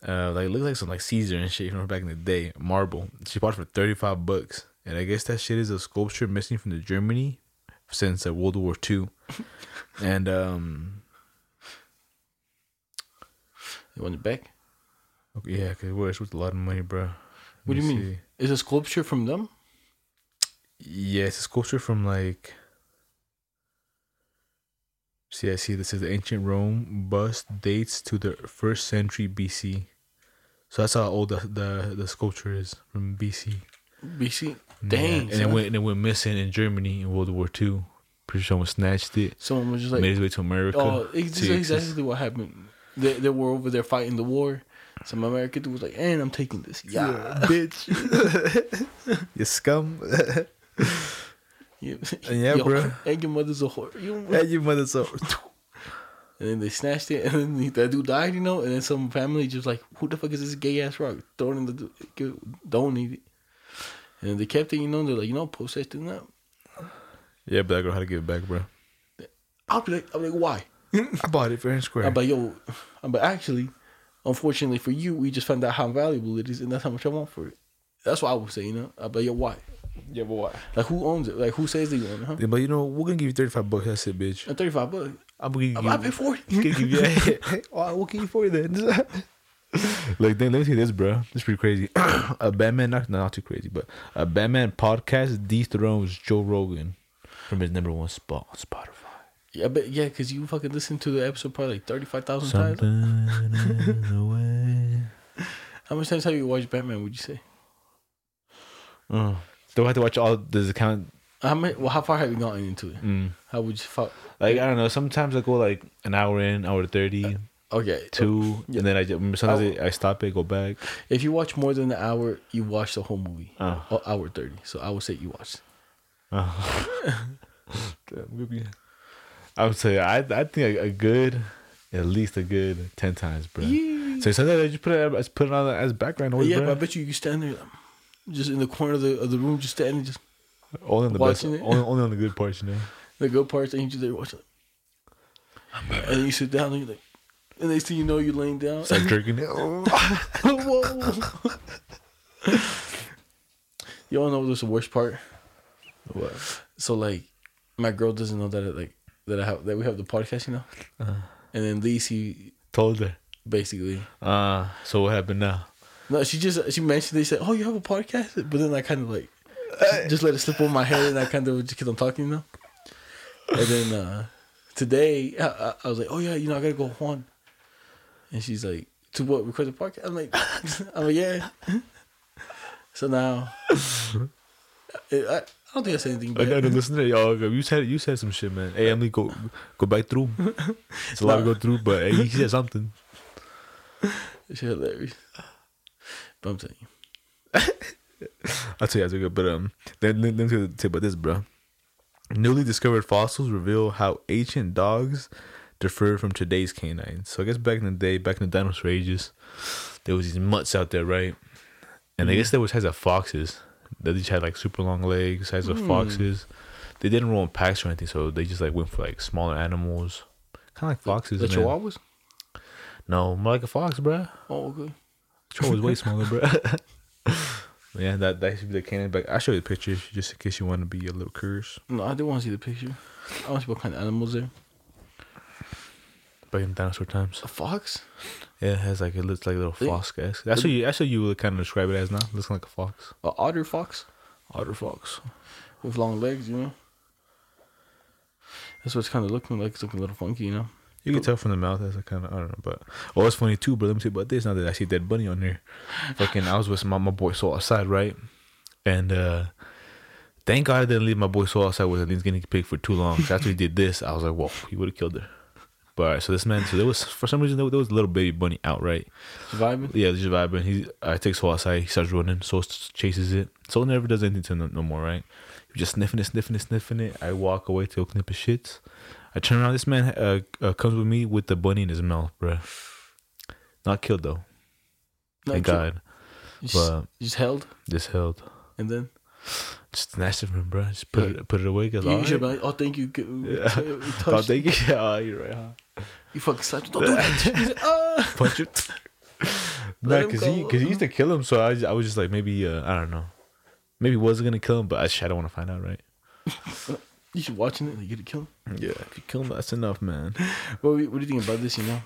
[SPEAKER 2] Uh, like it looks like some like Caesar and shit from back in the day, marble. She bought it for thirty five bucks, and I guess that shit is a sculpture missing from the Germany since uh, World War Two, and um,
[SPEAKER 1] You want it back?
[SPEAKER 2] okay, yeah, cause well, it's worth a lot of money, bro. Let
[SPEAKER 1] What do
[SPEAKER 2] me
[SPEAKER 1] you mean?
[SPEAKER 2] see.
[SPEAKER 1] Is a sculpture from them?
[SPEAKER 2] Yeah, it's a sculpture from like. See, I see this is the ancient Rome bust dates to the first century BC. So that's how old the the, the sculpture is from BC.
[SPEAKER 1] BC. Dang.
[SPEAKER 2] Yeah, and it
[SPEAKER 1] son.
[SPEAKER 2] went and it went missing in Germany in World War Two. Pretty sure someone snatched it,
[SPEAKER 1] Someone was just like,
[SPEAKER 2] made its way to America.
[SPEAKER 1] Oh,
[SPEAKER 2] to
[SPEAKER 1] it's just
[SPEAKER 2] Texas.
[SPEAKER 1] exactly what happened. They, they were over there fighting the war. Some American dude was like, "And I'm taking this." Yeah,
[SPEAKER 2] bitch, you scum.
[SPEAKER 1] yeah,
[SPEAKER 2] Yeah,
[SPEAKER 1] Yo,
[SPEAKER 2] bro.
[SPEAKER 1] And your mother's a whore. You-
[SPEAKER 2] Hey, you mother so.
[SPEAKER 1] And then they snatched it, and then the- that dude died, you know. And then some family just like, "Who the fuck is this gay ass rock? Throw it in the do- don't need it." And then they kept it, you know. They're like, you know, post that thing up.
[SPEAKER 2] Yeah, but that girl had to give it back, bro.
[SPEAKER 1] I'll be like, I'll be like, why?
[SPEAKER 2] I bought it fair and square.
[SPEAKER 1] I'm like, yo, I'm like, actually, unfortunately for you, we just found out how valuable it is, and that's how much I want for it. That's what I would say, you know. I'm like, yo, why?
[SPEAKER 2] yeah, but why?
[SPEAKER 1] Like, who owns it? Like, who says they own it? Huh?
[SPEAKER 2] Yeah, but you know, we're gonna give you thirty five bucks. That's it, bitch.
[SPEAKER 1] And thirty five bucks.
[SPEAKER 2] I'm gonna give
[SPEAKER 1] I,
[SPEAKER 2] you.
[SPEAKER 1] I pay forty.
[SPEAKER 2] gonna give you. oh, what can you for then? Like, then, let me see this, bro. This is pretty crazy. a Batman, not, not too crazy, but a Batman podcast dethrones Joe Rogan from his number one spot on Spotify.
[SPEAKER 1] yeah, but yeah, cause you fucking listened to the episode probably like thirty five thousand times.
[SPEAKER 2] Something in the way.
[SPEAKER 1] How much times have you watched Batman? Would you say?
[SPEAKER 2] Oh. Do I have to watch all? Does it count?
[SPEAKER 1] How many, Well, how far have you gotten into it?
[SPEAKER 2] Mm.
[SPEAKER 1] How would you fuck?
[SPEAKER 2] Like, I don't know. Sometimes I go like an hour in, hour 30,
[SPEAKER 1] Okay,
[SPEAKER 2] two, and then I just, sometimes I, I stop it, go back.
[SPEAKER 1] If you watch more than an hour, you watch the whole movie.
[SPEAKER 2] Oh.
[SPEAKER 1] Or hour thirty. So I would say you watched.
[SPEAKER 2] uh, I would say I I think a, a good, at least a good ten times, bro.
[SPEAKER 1] Yeah.
[SPEAKER 2] So sometimes I just put it as put it on as background noise,
[SPEAKER 1] yeah,
[SPEAKER 2] bro.
[SPEAKER 1] but I bet you you stand there, um, just in the corner of the of the room, just standing, just
[SPEAKER 2] only on the best,
[SPEAKER 1] watching
[SPEAKER 2] only,
[SPEAKER 1] it.
[SPEAKER 2] only on the good parts, you know.
[SPEAKER 1] the good parts, and you just there watching. Like, and then you sit down and you're like, and next thing you know, you're laying down.
[SPEAKER 2] Start jerking it.
[SPEAKER 1] Whoa. you all know what's the worst part?
[SPEAKER 2] What?
[SPEAKER 1] So like, my girl doesn't know that it, like that I have that we have the podcast, you know. And then Lacey
[SPEAKER 2] Told her.
[SPEAKER 1] basically
[SPEAKER 2] Uh, so what happened now?
[SPEAKER 1] no, she just she mentioned they said, "Oh, you have a podcast," but then I kind of like just, just let it slip over my head, and I kind of just kept on talking, you know. And then uh today I, I, I was like, "Oh yeah, you know, I gotta go on," and she's like, "To what? Record the podcast?" I'm like, "I'm like, yeah." So now, I, I don't think I said anything.
[SPEAKER 2] I
[SPEAKER 1] Bad.
[SPEAKER 2] gotta listen to y'all. You said you said some shit, man. Hey, Emily, go go back through. It's a lot to go through, but hey, he said something.
[SPEAKER 1] It's hilarious. But I'm telling you.
[SPEAKER 2] I'll tell you after good, but um, then let, let me tell you about this, bro. Newly discovered fossils reveal how ancient dogs differ from today's canines. So I guess back in the day, back in the dinosaur ages, there was these mutts out there, right? And I guess there was size of foxes. They just had like super long legs, size of foxes. They didn't roll in packs or anything, so they just like went for like smaller animals, Kind of like foxes.
[SPEAKER 1] The
[SPEAKER 2] man.
[SPEAKER 1] Chihuahuas?
[SPEAKER 2] No, more like a fox, bruh.
[SPEAKER 1] Oh, okay.
[SPEAKER 2] Chihuahua's way smaller, bruh. yeah, that that should be the canine. But I'll show you the pictures just in case you want to be a little curious.
[SPEAKER 1] No, I do want to see the picture. I want to see what kind of animals there.
[SPEAKER 2] But in dinosaur times,
[SPEAKER 1] A fox?
[SPEAKER 2] yeah, it has like it looks like a little
[SPEAKER 1] Yeah.
[SPEAKER 2] fox. Guys, that's what you that's what you would kind of describe it as now. Looks like a fox,
[SPEAKER 1] A otter fox
[SPEAKER 2] otter fox.
[SPEAKER 1] with long legs, you know? That's what it's kind of looking like. It's looking a little funky, you know?
[SPEAKER 2] You can tell from the mouth that's a kind of I don't know, but oh, it's funny too. But let me tell you about this. Now that I see Dead Bunny on here, fucking, I was with my, my boy Soul outside, right? And uh thank God I didn't leave my boy Soul outside with Aline's getting picked for too long. 'Cause after he did this, I was like, whoa, he would have killed her. But all right, so this man, so there was for some reason there, there was a little baby bunny out, right?
[SPEAKER 1] Vibing.
[SPEAKER 2] Yeah, just vibing. He I take Soul outside. He starts running. Soul s- chases it. Soul never does anything to him no, no more, right? He was just sniffing it, sniffing it, sniffing it. I walk away to go clip his shits. I turn around. This man uh, uh, comes with me with the bunny in his mouth, bruh. Not killed though.
[SPEAKER 1] Not
[SPEAKER 2] Thank
[SPEAKER 1] cute.
[SPEAKER 2] God.
[SPEAKER 1] You Just,
[SPEAKER 2] But
[SPEAKER 1] you just held,
[SPEAKER 2] just held.
[SPEAKER 1] and then
[SPEAKER 2] Just snatched it from him, bruh. Just put it put it away. Cause
[SPEAKER 1] you, you
[SPEAKER 2] all
[SPEAKER 1] should be
[SPEAKER 2] right.
[SPEAKER 1] like, oh, thank you. G- we
[SPEAKER 2] Yeah.
[SPEAKER 1] t- we
[SPEAKER 2] Oh,
[SPEAKER 1] touched.
[SPEAKER 2] thank you. Yeah, you're right. Huh?
[SPEAKER 1] You fucking slapped. Don't do that. He's like, ah.
[SPEAKER 2] Punch it.
[SPEAKER 1] Let
[SPEAKER 2] no,
[SPEAKER 1] him
[SPEAKER 2] because he
[SPEAKER 1] go.
[SPEAKER 2] because he used to kill him. So I was- I was just like maybe uh, I don't know. Maybe he wasn't gonna kill him, but I, sh- I don't want to find out, right?
[SPEAKER 1] You should watching it. You get to kill him.
[SPEAKER 2] Yeah, if you kill him, that's enough, man.
[SPEAKER 1] What, do you- what do you think about this? You know,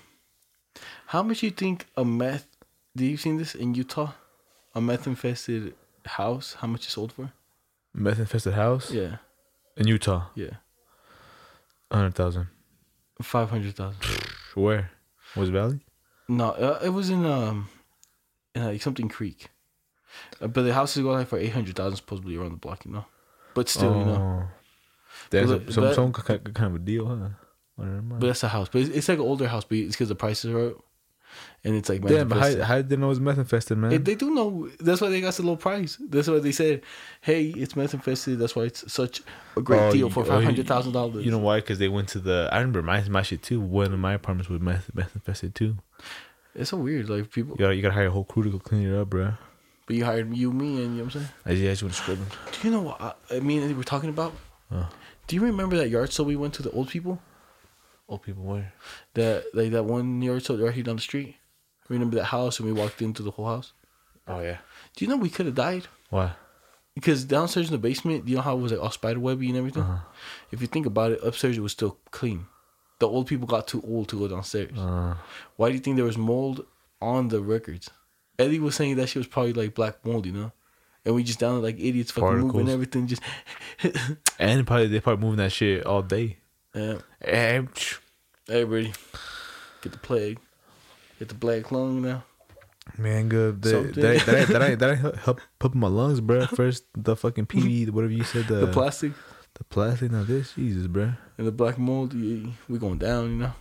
[SPEAKER 1] how much you think a meth? Do you seen this in Utah? A meth infested house. How much it sold for?
[SPEAKER 2] Meth infested house
[SPEAKER 1] Yeah,
[SPEAKER 2] in Utah,
[SPEAKER 1] yeah,
[SPEAKER 2] hundred thousand.
[SPEAKER 1] five hundred thousand.
[SPEAKER 2] Where? West Valley?
[SPEAKER 1] No, uh, it was in um, in, like something creek, Uh, but the house is going like for eight hundred thousand supposedly around the block. You know, but still, you know,
[SPEAKER 2] Oh. There's
[SPEAKER 1] But
[SPEAKER 2] a,
[SPEAKER 1] look,
[SPEAKER 2] some,
[SPEAKER 1] that-
[SPEAKER 2] some ki- ki- kind of a deal, huh? Never mind.
[SPEAKER 1] but that's a house. But it's, it's like an older house, but it's because the prices are up, and it's like meth
[SPEAKER 2] Damn, but
[SPEAKER 1] infested.
[SPEAKER 2] how, how did they know it was meth infested, man?
[SPEAKER 1] They- they do know. That's why they got the low price. That's why they said, "Hey, it's meth infested. That's why it's such a great
[SPEAKER 2] Oh,
[SPEAKER 1] deal
[SPEAKER 2] you-
[SPEAKER 1] for
[SPEAKER 2] oh,
[SPEAKER 1] five
[SPEAKER 2] you-
[SPEAKER 1] hundred thousand dollars."
[SPEAKER 2] You know why? Because they went to the. I remember my my shit too. One of my apartments was meth, meth infested too.
[SPEAKER 1] it's so weird. Like people,
[SPEAKER 2] You gotta you gotta hire a whole crew to go clean it up, bro.
[SPEAKER 1] but you hired you, me, and you know what I'm saying.
[SPEAKER 2] I just, I just went scribbling.
[SPEAKER 1] Do you know what I, I mean? We're talking about.
[SPEAKER 2] Huh.
[SPEAKER 1] Do you remember that yard sale we went to? The old people,
[SPEAKER 2] Old people where?
[SPEAKER 1] that like that one yard sale right here down the street. Remember that house, and we walked into the whole house.
[SPEAKER 2] Oh yeah.
[SPEAKER 1] Do you know we could have died?
[SPEAKER 2] Why?
[SPEAKER 1] Because downstairs in the basement, you know how it was like all spider webby and everything.
[SPEAKER 2] Uh-huh.
[SPEAKER 1] If you think about it, upstairs it was still clean. The old people got too old to go downstairs.
[SPEAKER 2] Uh,
[SPEAKER 1] Why do you think there was mold on the records? Eddie was saying that shit was probably like black mold, you know? And we just down there like idiots fucking moving
[SPEAKER 2] Particles.
[SPEAKER 1] everything just
[SPEAKER 2] and probably they probably moving that shit all day.
[SPEAKER 1] Yeah.
[SPEAKER 2] And, psh,
[SPEAKER 1] Everybody. Get the plague. Get the black lung now.
[SPEAKER 2] man, good.
[SPEAKER 1] Something.
[SPEAKER 2] That that that that, that, that help, help pump my lungs, bro. First the fucking PD, whatever you said, the
[SPEAKER 1] the plastic
[SPEAKER 2] the plastic. Now this, Jesus, bro.
[SPEAKER 1] and the black mold, yeah, we going down, you know.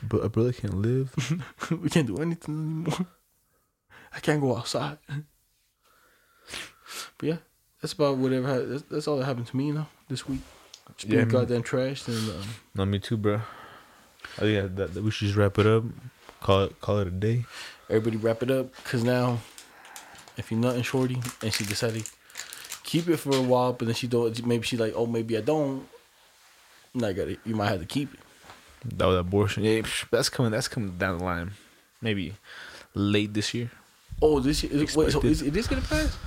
[SPEAKER 2] But a brother can't live.
[SPEAKER 1] we can't do anything anymore. I can't go outside. but yeah, that's about whatever. ha- That's, that's all that happened to me, you know, this week. Just
[SPEAKER 2] Yeah,
[SPEAKER 1] being
[SPEAKER 2] man.
[SPEAKER 1] goddamn trashed and um,
[SPEAKER 2] Not me too, bro. Oh yeah, that, that- we should just wrap it up. Call it call it a day.
[SPEAKER 1] everybody wrap it up because now if you're not in shorty and she decided keep it for a while but then she don't maybe she like oh maybe i don't now you gotta you might have to keep it
[SPEAKER 2] That was abortion. Yeah, psh, that's coming. That's coming down the line. Maybe late this year.
[SPEAKER 1] oh this is, wait so
[SPEAKER 2] Expected.
[SPEAKER 1] is, it is gonna pass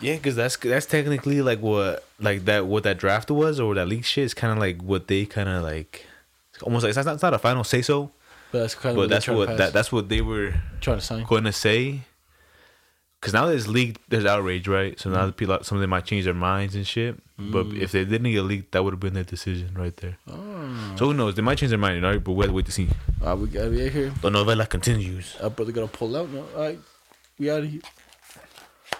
[SPEAKER 2] Yeah, because that's that's technically like what like that what that draft was or that leak shit is kind of like what they kind of like it's almost like it's not, it's not a final say so,
[SPEAKER 1] but that's kind of
[SPEAKER 2] but that's what that, that's what they were
[SPEAKER 1] trying to sign
[SPEAKER 2] going to say. Because now that it's leaked, there's outrage, right? So now the people some of them might change their minds and shit. But if they didn't get leaked, that would have been their decision right there.
[SPEAKER 1] oh
[SPEAKER 2] So who knows? They might change their mind, you know. But we have to wait to see.
[SPEAKER 1] all right, we gotta be out here
[SPEAKER 2] The novella continues.
[SPEAKER 1] our brother gotta pull out now all right we out of here